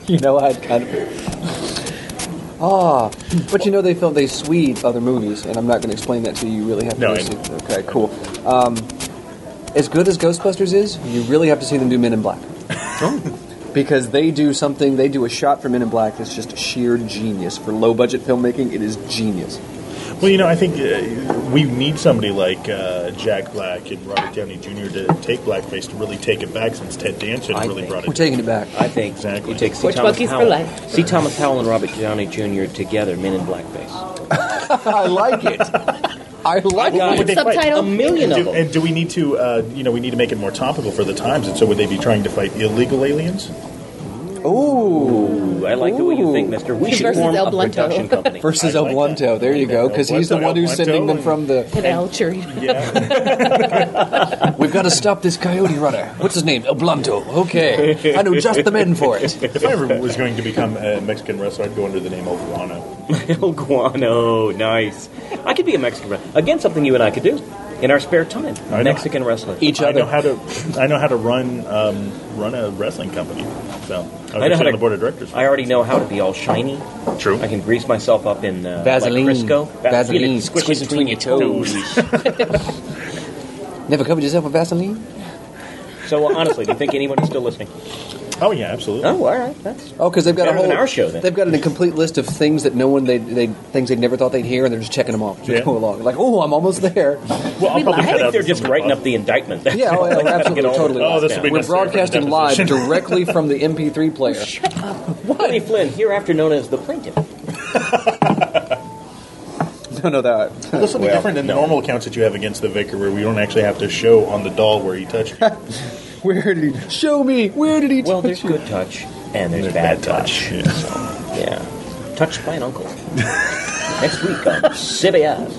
[SPEAKER 13] you know, I kind of. Ah, but you know they film they Swede other movies, and I'm not going to explain that to you. You really have to go
[SPEAKER 12] No, I
[SPEAKER 13] see.
[SPEAKER 12] know.
[SPEAKER 13] Okay, cool. Um, as good as Ghostbusters is, you really have to see them do Men in
[SPEAKER 12] (laughs)
[SPEAKER 13] Black. Because they do something, they do a shot for Men in Black that's just sheer genius. For low budget filmmaking, it is genius.
[SPEAKER 12] Well, you know, I think uh, we need somebody like uh, Jack Black and Robert Downey Jr. to take blackface to really take it back, since Ted Danson really brought it.
[SPEAKER 13] We're taking it back.
[SPEAKER 15] I think
[SPEAKER 12] Exactly.
[SPEAKER 15] you take C.
[SPEAKER 12] Which
[SPEAKER 15] Thomas
[SPEAKER 12] monkeys for
[SPEAKER 15] Howell,
[SPEAKER 12] life.
[SPEAKER 15] C. Thomas Howell and Robert Downey Jr. together, men in blackface.
[SPEAKER 13] (laughs) I like it. I like
[SPEAKER 15] Well,
[SPEAKER 13] it.
[SPEAKER 15] would they fight? Subtitle? A million of
[SPEAKER 12] And do-
[SPEAKER 15] them.
[SPEAKER 12] And do we need to? Uh, you know, we need to make it more topical for the times. And so, would they be trying to fight illegal aliens?
[SPEAKER 13] Ooh,
[SPEAKER 15] I like the way you think, Mister.
[SPEAKER 12] (laughs)
[SPEAKER 15] We should
[SPEAKER 14] Versus
[SPEAKER 15] form
[SPEAKER 14] El
[SPEAKER 15] a
[SPEAKER 14] Blunto.
[SPEAKER 15] production company.
[SPEAKER 13] Versus El Blunto. There you go, because he's the
[SPEAKER 12] El
[SPEAKER 13] one who's
[SPEAKER 12] Blunto
[SPEAKER 13] sending them
[SPEAKER 12] and-
[SPEAKER 13] from the.
[SPEAKER 14] And El Chirito.
[SPEAKER 13] We've got to stop this coyote runner. What's his name? El Blunto. Okay, I know just the men for it.
[SPEAKER 15] (laughs)
[SPEAKER 12] If I ever was going to become a Uh, Mexican wrestler, I'd go under the name El Guano.
[SPEAKER 15] El Guano, nice. I could be a Mexican wrestler. Again, something you and I could do in our spare time.
[SPEAKER 12] I know.
[SPEAKER 15] Mexican wrestler.
[SPEAKER 13] Each
[SPEAKER 12] I know
[SPEAKER 13] other.
[SPEAKER 12] how to. I know how to run um, run a wrestling company. So I was actually on the board of directors.
[SPEAKER 15] I already know how to be all shiny.
[SPEAKER 12] True.
[SPEAKER 15] I can grease myself up in uh,
[SPEAKER 13] Vaseline.
[SPEAKER 15] Like Crisco.
[SPEAKER 13] Vaseline.
[SPEAKER 15] Squish it
[SPEAKER 13] Squeeze between your toes. Never covered yourself with Vaseline?
[SPEAKER 15] so uh, honestly, do you think anyone is still listening?
[SPEAKER 12] Oh yeah, absolutely.
[SPEAKER 15] (laughs) Oh, all right. That's
[SPEAKER 13] Oh, because they've got
[SPEAKER 15] Better
[SPEAKER 13] a whole
[SPEAKER 15] than our show, then.
[SPEAKER 13] They've got a complete list of things that no one they they things they'd never thought they'd hear, and they're just checking them off as we
[SPEAKER 15] Yeah.
[SPEAKER 13] go along. Like, oh, I'm almost
[SPEAKER 15] (laughs)
[SPEAKER 13] there.
[SPEAKER 12] Well,
[SPEAKER 15] I think they're just writing up the indictment. (laughs) That's
[SPEAKER 13] Yeah, oh,
[SPEAKER 15] all.
[SPEAKER 13] yeah,
[SPEAKER 15] They gotta
[SPEAKER 13] absolutely,
[SPEAKER 15] get all
[SPEAKER 13] totally.
[SPEAKER 15] the
[SPEAKER 13] Oh,
[SPEAKER 12] this will be
[SPEAKER 13] We're
[SPEAKER 12] necessary for
[SPEAKER 13] broadcasting
[SPEAKER 12] the
[SPEAKER 13] live
[SPEAKER 12] deposition.
[SPEAKER 13] directly from the MP3
[SPEAKER 15] (laughs)
[SPEAKER 13] player.
[SPEAKER 15] Bonnie Flynn, hereafter known as the plaintiff.
[SPEAKER 13] (laughs) No, no, that.
[SPEAKER 12] This will be different than the normal accounts that you have against the vicar, where we don't actually have to show on the doll where he touched. you.
[SPEAKER 13] Where did he? Show me. Where did he?
[SPEAKER 15] Well, there's good touch and there's, bad, touch. (laughs) Yeah. Touched by an (laughs) uncle. Next week on (laughs) CBS.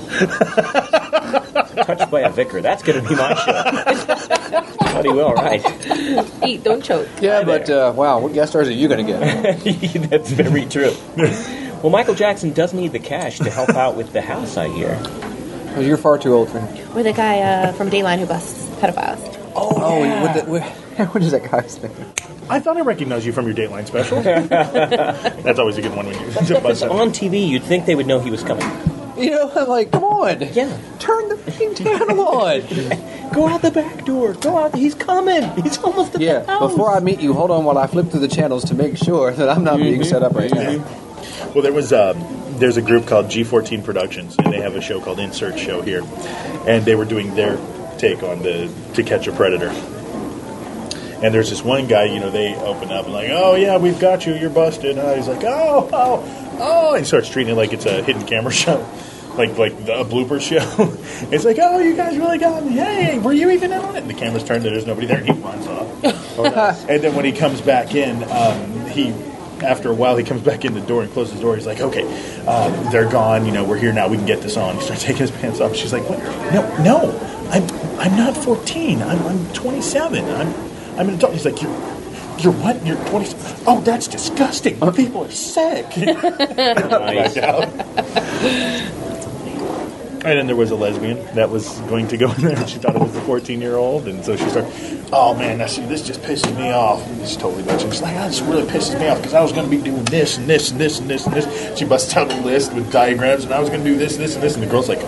[SPEAKER 15] Touched by a vicar. That's going to be my show. (laughs) Bloody well, right.
[SPEAKER 14] Eat, don't choke.
[SPEAKER 13] Yeah, but uh, wow, what guest stars are you going to
[SPEAKER 15] (laughs)
[SPEAKER 13] get?
[SPEAKER 15] That's very true. Well, Michael Jackson does need the cash to help out with the house, I hear.
[SPEAKER 13] Oh, You're far too old for him.
[SPEAKER 14] Or the guy uh, from Dayline who busts pedophiles.
[SPEAKER 13] Oh, oh what, the, what, (laughs) what is that guy's name?
[SPEAKER 12] I thought I recognized you from your Dateline special. That's always a good one when you
[SPEAKER 15] If it's on TV, you'd think they would know he was coming.
[SPEAKER 13] You know, I'm like, come on.
[SPEAKER 15] Yeah.
[SPEAKER 13] Turn the fucking channel on.
[SPEAKER 15] Go out the back door. Go out. He's coming. He's almost at
[SPEAKER 13] yeah. Before I meet you, hold on while I flip through the channels to make sure that I'm not being set up right now.
[SPEAKER 12] Well, there was um, there's a group called G14 Productions, and they have a show called Insert Show here, and they were doing their take on the To Catch a Predator. And there's this one guy, you know, they open up and like, oh yeah, we've got you, you're busted. And he's like, oh, oh, oh, and starts treating it like it's a hidden camera (laughs) show, like like the, a blooper show. (laughs) it's like, oh, you guys really got me. Hey, were you even in on it? And the camera's turned, and there's nobody there. And he runs off. And then when he comes back in, um, he after a while he comes (laughs) back in the door and closes the door. He's like, okay, uh, they're gone. You know, we're here now. We can get this on. He starts (laughs) taking his pants off. She's like, what? No, no, I'm I'm not 14. I'm I'm 27. I'm I'm an adult. He's like, you're you're what? You're 20. Oh, that's disgusting. People are sick. Back out. And then there was a lesbian that was going to go in there. (laughs) She thought it was the 14 year old, and so she started, oh man, now see, this just pisses me off. And She's totally bitching. She's like, oh, this really pisses me off because I was going to be doing this and this and this and this and this. She busts out a list with diagrams, (laughs) and I was going to do this and this and this. And the girl's like,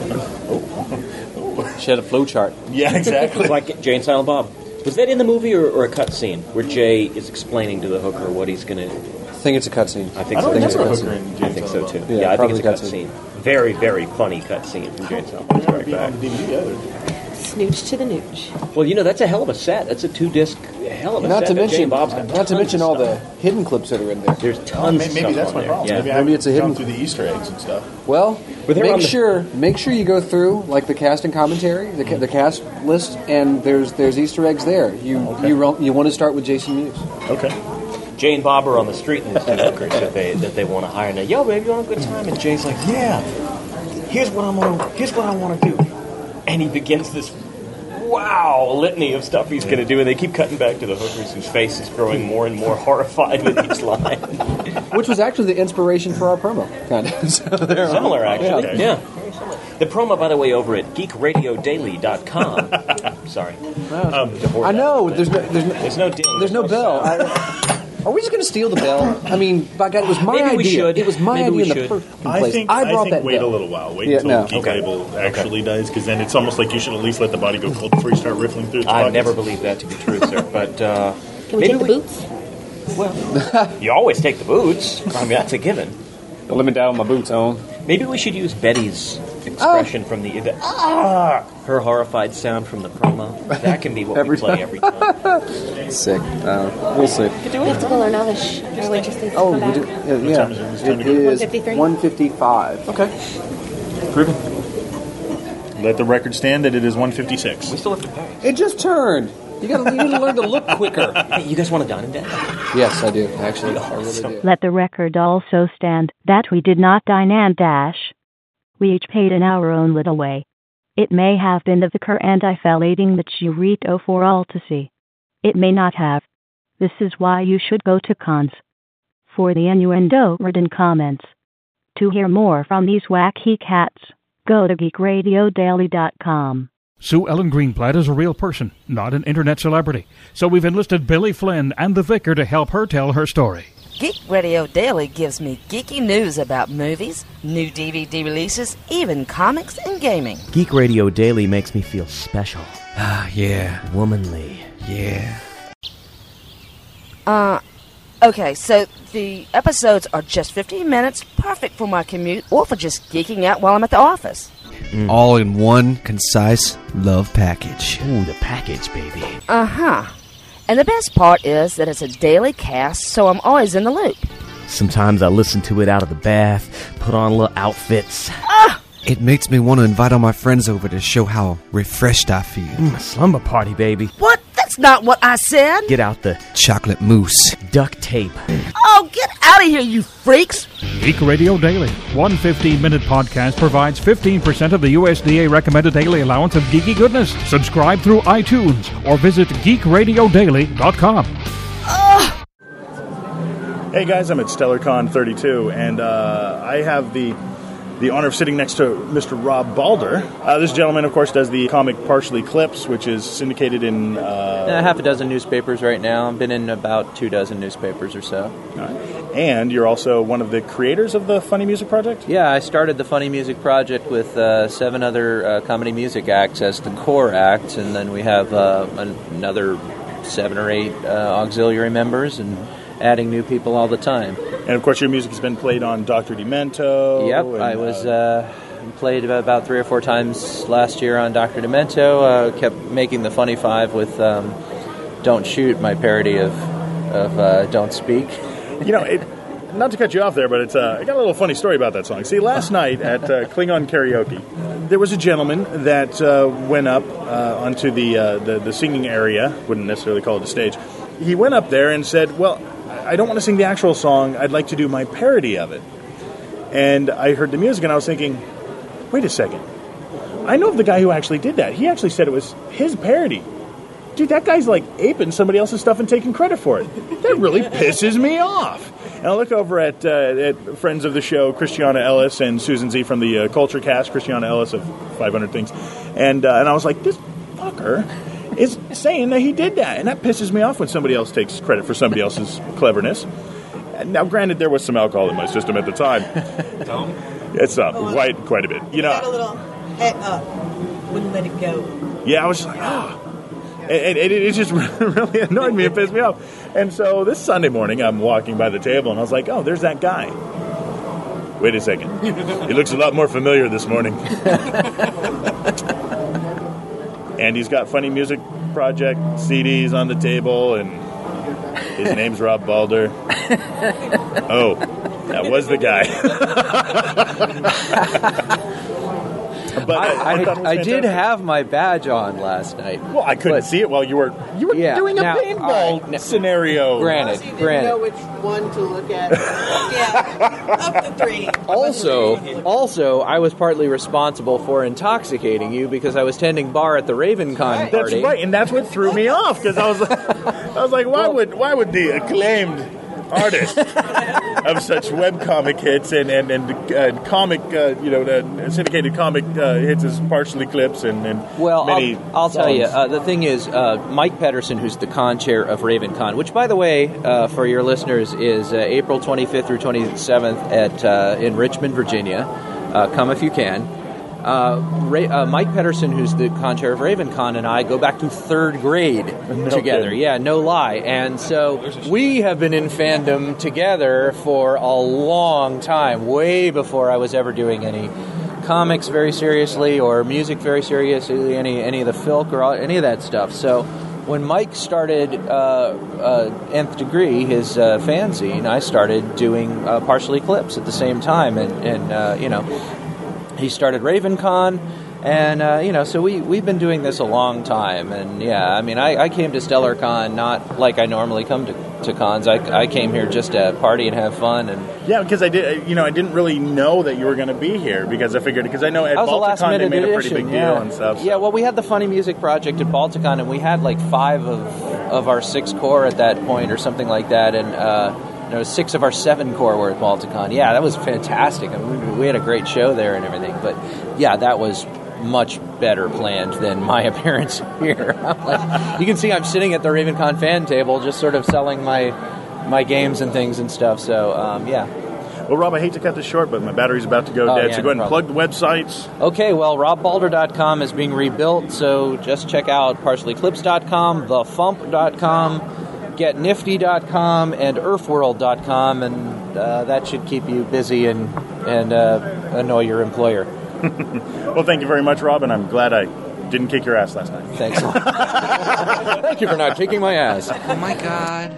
[SPEAKER 15] (laughs) She had a flow chart.
[SPEAKER 12] Oh, (laughs)
[SPEAKER 15] (laughs)
[SPEAKER 12] Yeah, exactly.
[SPEAKER 15] like Jay and Silent Bob. Was that in the movie or, or a cut scene where Jay is explaining to the hooker what he's gonna? I
[SPEAKER 13] think it's a cut scene.
[SPEAKER 15] I think
[SPEAKER 13] I don't
[SPEAKER 15] so.
[SPEAKER 13] remember
[SPEAKER 15] too.
[SPEAKER 13] a hooker in Jay
[SPEAKER 15] I
[SPEAKER 13] and
[SPEAKER 15] think so
[SPEAKER 13] Silent
[SPEAKER 15] too.
[SPEAKER 13] Bob. Yeah,
[SPEAKER 15] Yeah, I think
[SPEAKER 13] probably
[SPEAKER 15] it's a
[SPEAKER 13] cut
[SPEAKER 15] cut scene. Very, very funny cut scene from Jay and Silent Bob. Very bad.
[SPEAKER 14] Snooch to the nooch.
[SPEAKER 15] Well, you know that's a hell of a set. That's a two disc hell of a
[SPEAKER 13] Not
[SPEAKER 15] set.
[SPEAKER 13] to
[SPEAKER 15] that Jay
[SPEAKER 13] mention,
[SPEAKER 15] and Bob's got
[SPEAKER 13] not to
[SPEAKER 15] tons
[SPEAKER 13] mention
[SPEAKER 15] of
[SPEAKER 13] all
[SPEAKER 15] stuff.
[SPEAKER 13] the hidden clips that are in there.
[SPEAKER 15] There's tons.
[SPEAKER 12] maybe, maybe that's my problem. Maybe,
[SPEAKER 13] Maybe,
[SPEAKER 12] I haven't
[SPEAKER 13] it's a
[SPEAKER 12] gone
[SPEAKER 13] hidden.
[SPEAKER 12] through the Easter eggs and stuff.
[SPEAKER 13] Well,
[SPEAKER 12] But they're on
[SPEAKER 13] make
[SPEAKER 12] the-
[SPEAKER 13] sure make sure you go through like the cast and commentary, the, ca- the cast list, and there's there's Easter eggs there. You you ro- you want to start with Jason Mewes.
[SPEAKER 12] Okay.
[SPEAKER 15] Jay and Bob are on the street and there's two hookers that they that they want to hire. Now, yo, baby, you want a good time? And Jay's like, yeah. Here's what I'm gonna. Here's what I want to do. And he begins this wow litany of stuff he's gonna do, and they keep cutting back to the hookers whose face is growing more and more (laughs) horrified with each line.
[SPEAKER 13] (laughs) which was actually the inspiration for our promo, kind of. (laughs) So there are-
[SPEAKER 15] Similar, actually.
[SPEAKER 13] Yeah.
[SPEAKER 15] Yeah. Very similar. The promo, by the way, over at geekradiodaily.com. (laughs) Sorry. Um,
[SPEAKER 13] I know. There's no there's no,
[SPEAKER 15] there's no ding.
[SPEAKER 13] There's no bell. I- are we just going to steal the bell? I mean, by God, it was my
[SPEAKER 15] Maybe
[SPEAKER 13] idea.
[SPEAKER 15] we should.
[SPEAKER 13] It was my
[SPEAKER 15] Maybe we
[SPEAKER 13] idea in the
[SPEAKER 15] should.
[SPEAKER 13] first
[SPEAKER 12] I
[SPEAKER 13] place.
[SPEAKER 12] think
[SPEAKER 13] I brought
[SPEAKER 12] think
[SPEAKER 13] that
[SPEAKER 12] wait
[SPEAKER 13] bell.
[SPEAKER 12] a little while. Wait
[SPEAKER 13] Yeah,
[SPEAKER 12] until
[SPEAKER 13] no.
[SPEAKER 12] Geek Label actually dies, because then it's almost like you should at least let the body go cold before you start riffling through. Its
[SPEAKER 15] I
[SPEAKER 12] pockets.
[SPEAKER 15] never believed that to be true, sir. But uh,
[SPEAKER 14] Can we
[SPEAKER 15] maybe
[SPEAKER 14] take the boots?
[SPEAKER 15] you always take the boots. I mean, that's a given.
[SPEAKER 18] But let me dial my boots on.
[SPEAKER 15] Maybe we should use Betty's expression from the, the ah, her horrified sound from the promo. That can be what we play every time.
[SPEAKER 18] Sick. Uh, we'll see.
[SPEAKER 14] We have to call our novice. Our waitress needs to
[SPEAKER 13] Oh,
[SPEAKER 14] come
[SPEAKER 13] we
[SPEAKER 14] back.
[SPEAKER 13] did, yeah, yeah.
[SPEAKER 12] time is it? It's time
[SPEAKER 13] It
[SPEAKER 12] to go.
[SPEAKER 13] is
[SPEAKER 14] 1:53?
[SPEAKER 13] 155. Okay.
[SPEAKER 12] Let the record stand that it is 156. We
[SPEAKER 15] still have to pay.
[SPEAKER 13] It just turned. You got to you need to learn to look quicker.
[SPEAKER 15] Hey, you guys want to dine and dash?
[SPEAKER 13] Yes, I do. Actually, I really do.
[SPEAKER 1] Let the record also stand that we did not dine and dash. We each paid in our own little way. It may have been the vicar and I fell eating the churrito for all to see. It may not have. This is why you should go to cons. For the innuendo written comments. To hear more from these wacky cats, go to geekradiodaily.com.
[SPEAKER 19] (laughs) Sue Ellen Greenblatt is a real person, not an internet celebrity. So we've enlisted Billy Flynn and the vicar to help her tell her story.
[SPEAKER 20] Geek Radio Daily gives me geeky news about movies, new DVD releases, even comics and gaming.
[SPEAKER 21] Geek Radio Daily makes me feel special.
[SPEAKER 22] Ah, yeah.
[SPEAKER 21] Womanly.
[SPEAKER 22] Yeah.
[SPEAKER 20] Uh, okay, so the episodes are just 15 minutes, perfect for my commute or for just geeking out while I'm at the office.
[SPEAKER 4] All in one concise love package.
[SPEAKER 21] Ooh, the package, baby.
[SPEAKER 20] Uh huh. And the best part is that it's a daily cast, so I'm always in the loop.
[SPEAKER 21] Sometimes I listen to it out of the bath, put on little outfits.
[SPEAKER 4] It makes me want to invite all my friends over to show how refreshed I feel.
[SPEAKER 21] Mm, a slumber party, baby.
[SPEAKER 20] What? That's not what I said!
[SPEAKER 21] Get out the
[SPEAKER 4] Chocolate mousse.
[SPEAKER 21] duct tape.
[SPEAKER 20] Oh, get out of here, you freaks!
[SPEAKER 19] Geek Radio Daily, one 15 minute podcast, provides 15% of the USDA recommended daily allowance of geeky goodness. Subscribe through iTunes or visit geekradiodaily.com.
[SPEAKER 12] Hey guys, I'm at StellarCon 32, and uh, I have the the honor of sitting next to Mr. Rob Balder. Uh, this gentleman, of course, does the comic Partially Clips, which is syndicated in. Uh,
[SPEAKER 18] Uh, half a dozen newspapers right now. I've been in about two dozen newspapers or so.
[SPEAKER 12] And you're also one of the creators of the Funny Music Project.
[SPEAKER 18] Yeah, I started the Funny Music Project with uh, seven other uh, comedy music acts as the core acts, and then we have uh, an- another seven or eight uh, auxiliary members, and adding new people all the time.
[SPEAKER 12] And of course, your music has been played on Doctor Demento.
[SPEAKER 18] Yep,
[SPEAKER 12] Oh, and,
[SPEAKER 18] I was uh, played about, about three or four times last year on Doctor Demento. Uh, kept making the funny five with um, "Don't Shoot," my parody of of uh, "Don't Speak."
[SPEAKER 12] you know, it, not to cut you off there, but it's uh, I got a little funny story about that song. See, last night at uh, Klingon karaoke, there was a gentleman that uh, went up uh, onto the, uh, the the singing area. Wouldn't necessarily call it a stage. He went up there and said, "Well, I don't want to sing the actual song. I'd like to do my parody of it." And I heard the music, and I was thinking, "Wait a second. I know of the guy who actually did that. He actually said it was his parody." dude, that guy's like aping somebody else's stuff and taking credit for it. That really pisses me off. And I look over at, uh, at friends of the show, Christiana Ellis and Susan Z from the uh, Culture Cast, Christiana Ellis of 500 Things, and uh, and I was like, this fucker is saying that he did that, and that pisses me off when somebody else takes credit for somebody else's cleverness. Now, granted, there was some alcohol in my system at the time. It's uh, quite quite a bit, you know.
[SPEAKER 6] Had a little head up, wouldn't let it go.
[SPEAKER 12] Yeah, I was just like, ah. And, and it, it just (laughs) really annoyed me and pissed me off. And so this Sunday morning, I'm walking by the table and I was like, oh, there's that guy. Wait a second. He looks a lot more familiar this morning. (laughs) and he's got funny music project CDs on the table, and his name's Rob Balder. Oh, that was the guy. (laughs) But
[SPEAKER 18] I,
[SPEAKER 12] I
[SPEAKER 18] I,
[SPEAKER 12] thought it was
[SPEAKER 18] I did
[SPEAKER 12] fantastic.
[SPEAKER 18] have my badge on last night.
[SPEAKER 12] Well, I couldn't see it while you were you were
[SPEAKER 18] Yeah,
[SPEAKER 12] doing a
[SPEAKER 18] now- all
[SPEAKER 12] paintball
[SPEAKER 18] right, now-
[SPEAKER 12] scenario.
[SPEAKER 18] Granted,
[SPEAKER 6] Didn't know
[SPEAKER 18] granted.
[SPEAKER 6] which one to look
[SPEAKER 18] (laughs)
[SPEAKER 6] at. yeah, up to three.
[SPEAKER 18] Also, also, I was partly responsible for intoxicating you because I was tending bar at the RavenCon party.
[SPEAKER 12] That's right, and that's what threw me off because I was like, I was like, why would why would the acclaimed
[SPEAKER 18] (laughs)
[SPEAKER 12] artist of such webcomic hits and and and uh, comic uh, you know the syndicated comic uh, hits as partial eclipse and and
[SPEAKER 18] Well,
[SPEAKER 12] many
[SPEAKER 18] I'll, I'll tell
[SPEAKER 12] songs.
[SPEAKER 18] you. Uh, the thing is, uh, Mike Pedersen, who's the con chair of RavenCon, which, by the way, uh, for your listeners, is uh, April 25th through 27th at uh, in Richmond, Virginia. Uh, come if you can. Uh, Ra- uh, Mike Pedersen, who's the con chair of RavenCon, and I go back to third grade together.
[SPEAKER 7] kidding.
[SPEAKER 18] Yeah, no lie. And so we have been in fandom together for a long time, way before I was ever doing any comics very seriously or music very seriously, any any of the filk or all, any of that stuff. So when Mike started uh, uh, Nth Degree, his uh, fanzine, I started doing uh, Partial Eclipse at the same time, and, and uh, you know, he started RavenCon, and uh, you know, so we we've been doing this a long time, and yeah, I mean, I, I came to StellarCon not like I normally come to, to cons. I, I came here just to party and have fun, and
[SPEAKER 12] Yeah, because I did. uh, You know, I didn't really know that you were going to be here because I figured because I know at
[SPEAKER 18] that was the last
[SPEAKER 12] Balticon they
[SPEAKER 18] minute
[SPEAKER 12] made a pretty
[SPEAKER 18] addition,
[SPEAKER 12] big deal
[SPEAKER 18] yeah.
[SPEAKER 12] and stuff.
[SPEAKER 18] Yeah, well, we had the Funny Music Project at Balticon, and we had like five of of our six core at that point, or something like that, and. Uh, you know, six of our seven core were at Balticon. Yeah, that was fantastic. I mean, we, we had a great show there and everything. But yeah, that was much better planned than my (laughs) appearance here. (laughs) I'm like, you can see I'm sitting at the RavenCon fan table, just sort of selling my my games and things and stuff. So um, yeah,
[SPEAKER 12] Well, Rob, I hate to cut this short, but my battery's about to go
[SPEAKER 18] Oh,
[SPEAKER 12] dead.
[SPEAKER 18] yeah,
[SPEAKER 12] so go ahead
[SPEAKER 18] no
[SPEAKER 12] and plug the websites.
[SPEAKER 18] Okay, well, robbalder.com is being rebuilt, so just check out partialeclipse.com, thefump.com, getnifty.com, and earthworld.com, and uh, that should keep you busy and, and uh, annoy your employer.
[SPEAKER 12] well, thank you very much, Rob, and I'm glad I didn't kick your ass last night.
[SPEAKER 7] (laughs)
[SPEAKER 18] Thanks. Thank you for not kicking my ass.
[SPEAKER 7] Oh my god.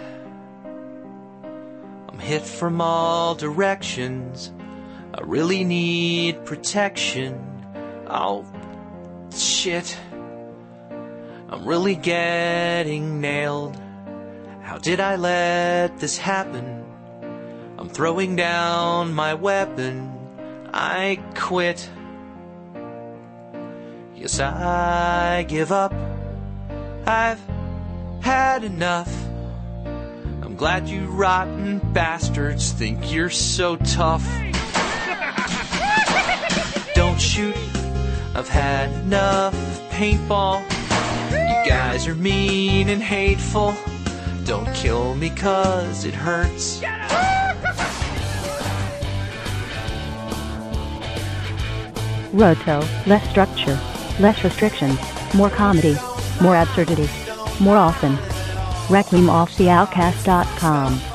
[SPEAKER 7] I'm hit from all directions. I really need protection. Oh, shit. I'm really getting nailed. How did I let this happen? I'm throwing down my weapon. I quit. Yes, I give up. I've had enough. I'm glad you rotten bastards think you're so tough. Don't shoot, I've had enough paintball. You guys are mean and hateful. Don't kill me cause it hurts.
[SPEAKER 1] Roto, less structure, less restrictions, more comedy, more absurdity, more often. Requiem off the outcast.com.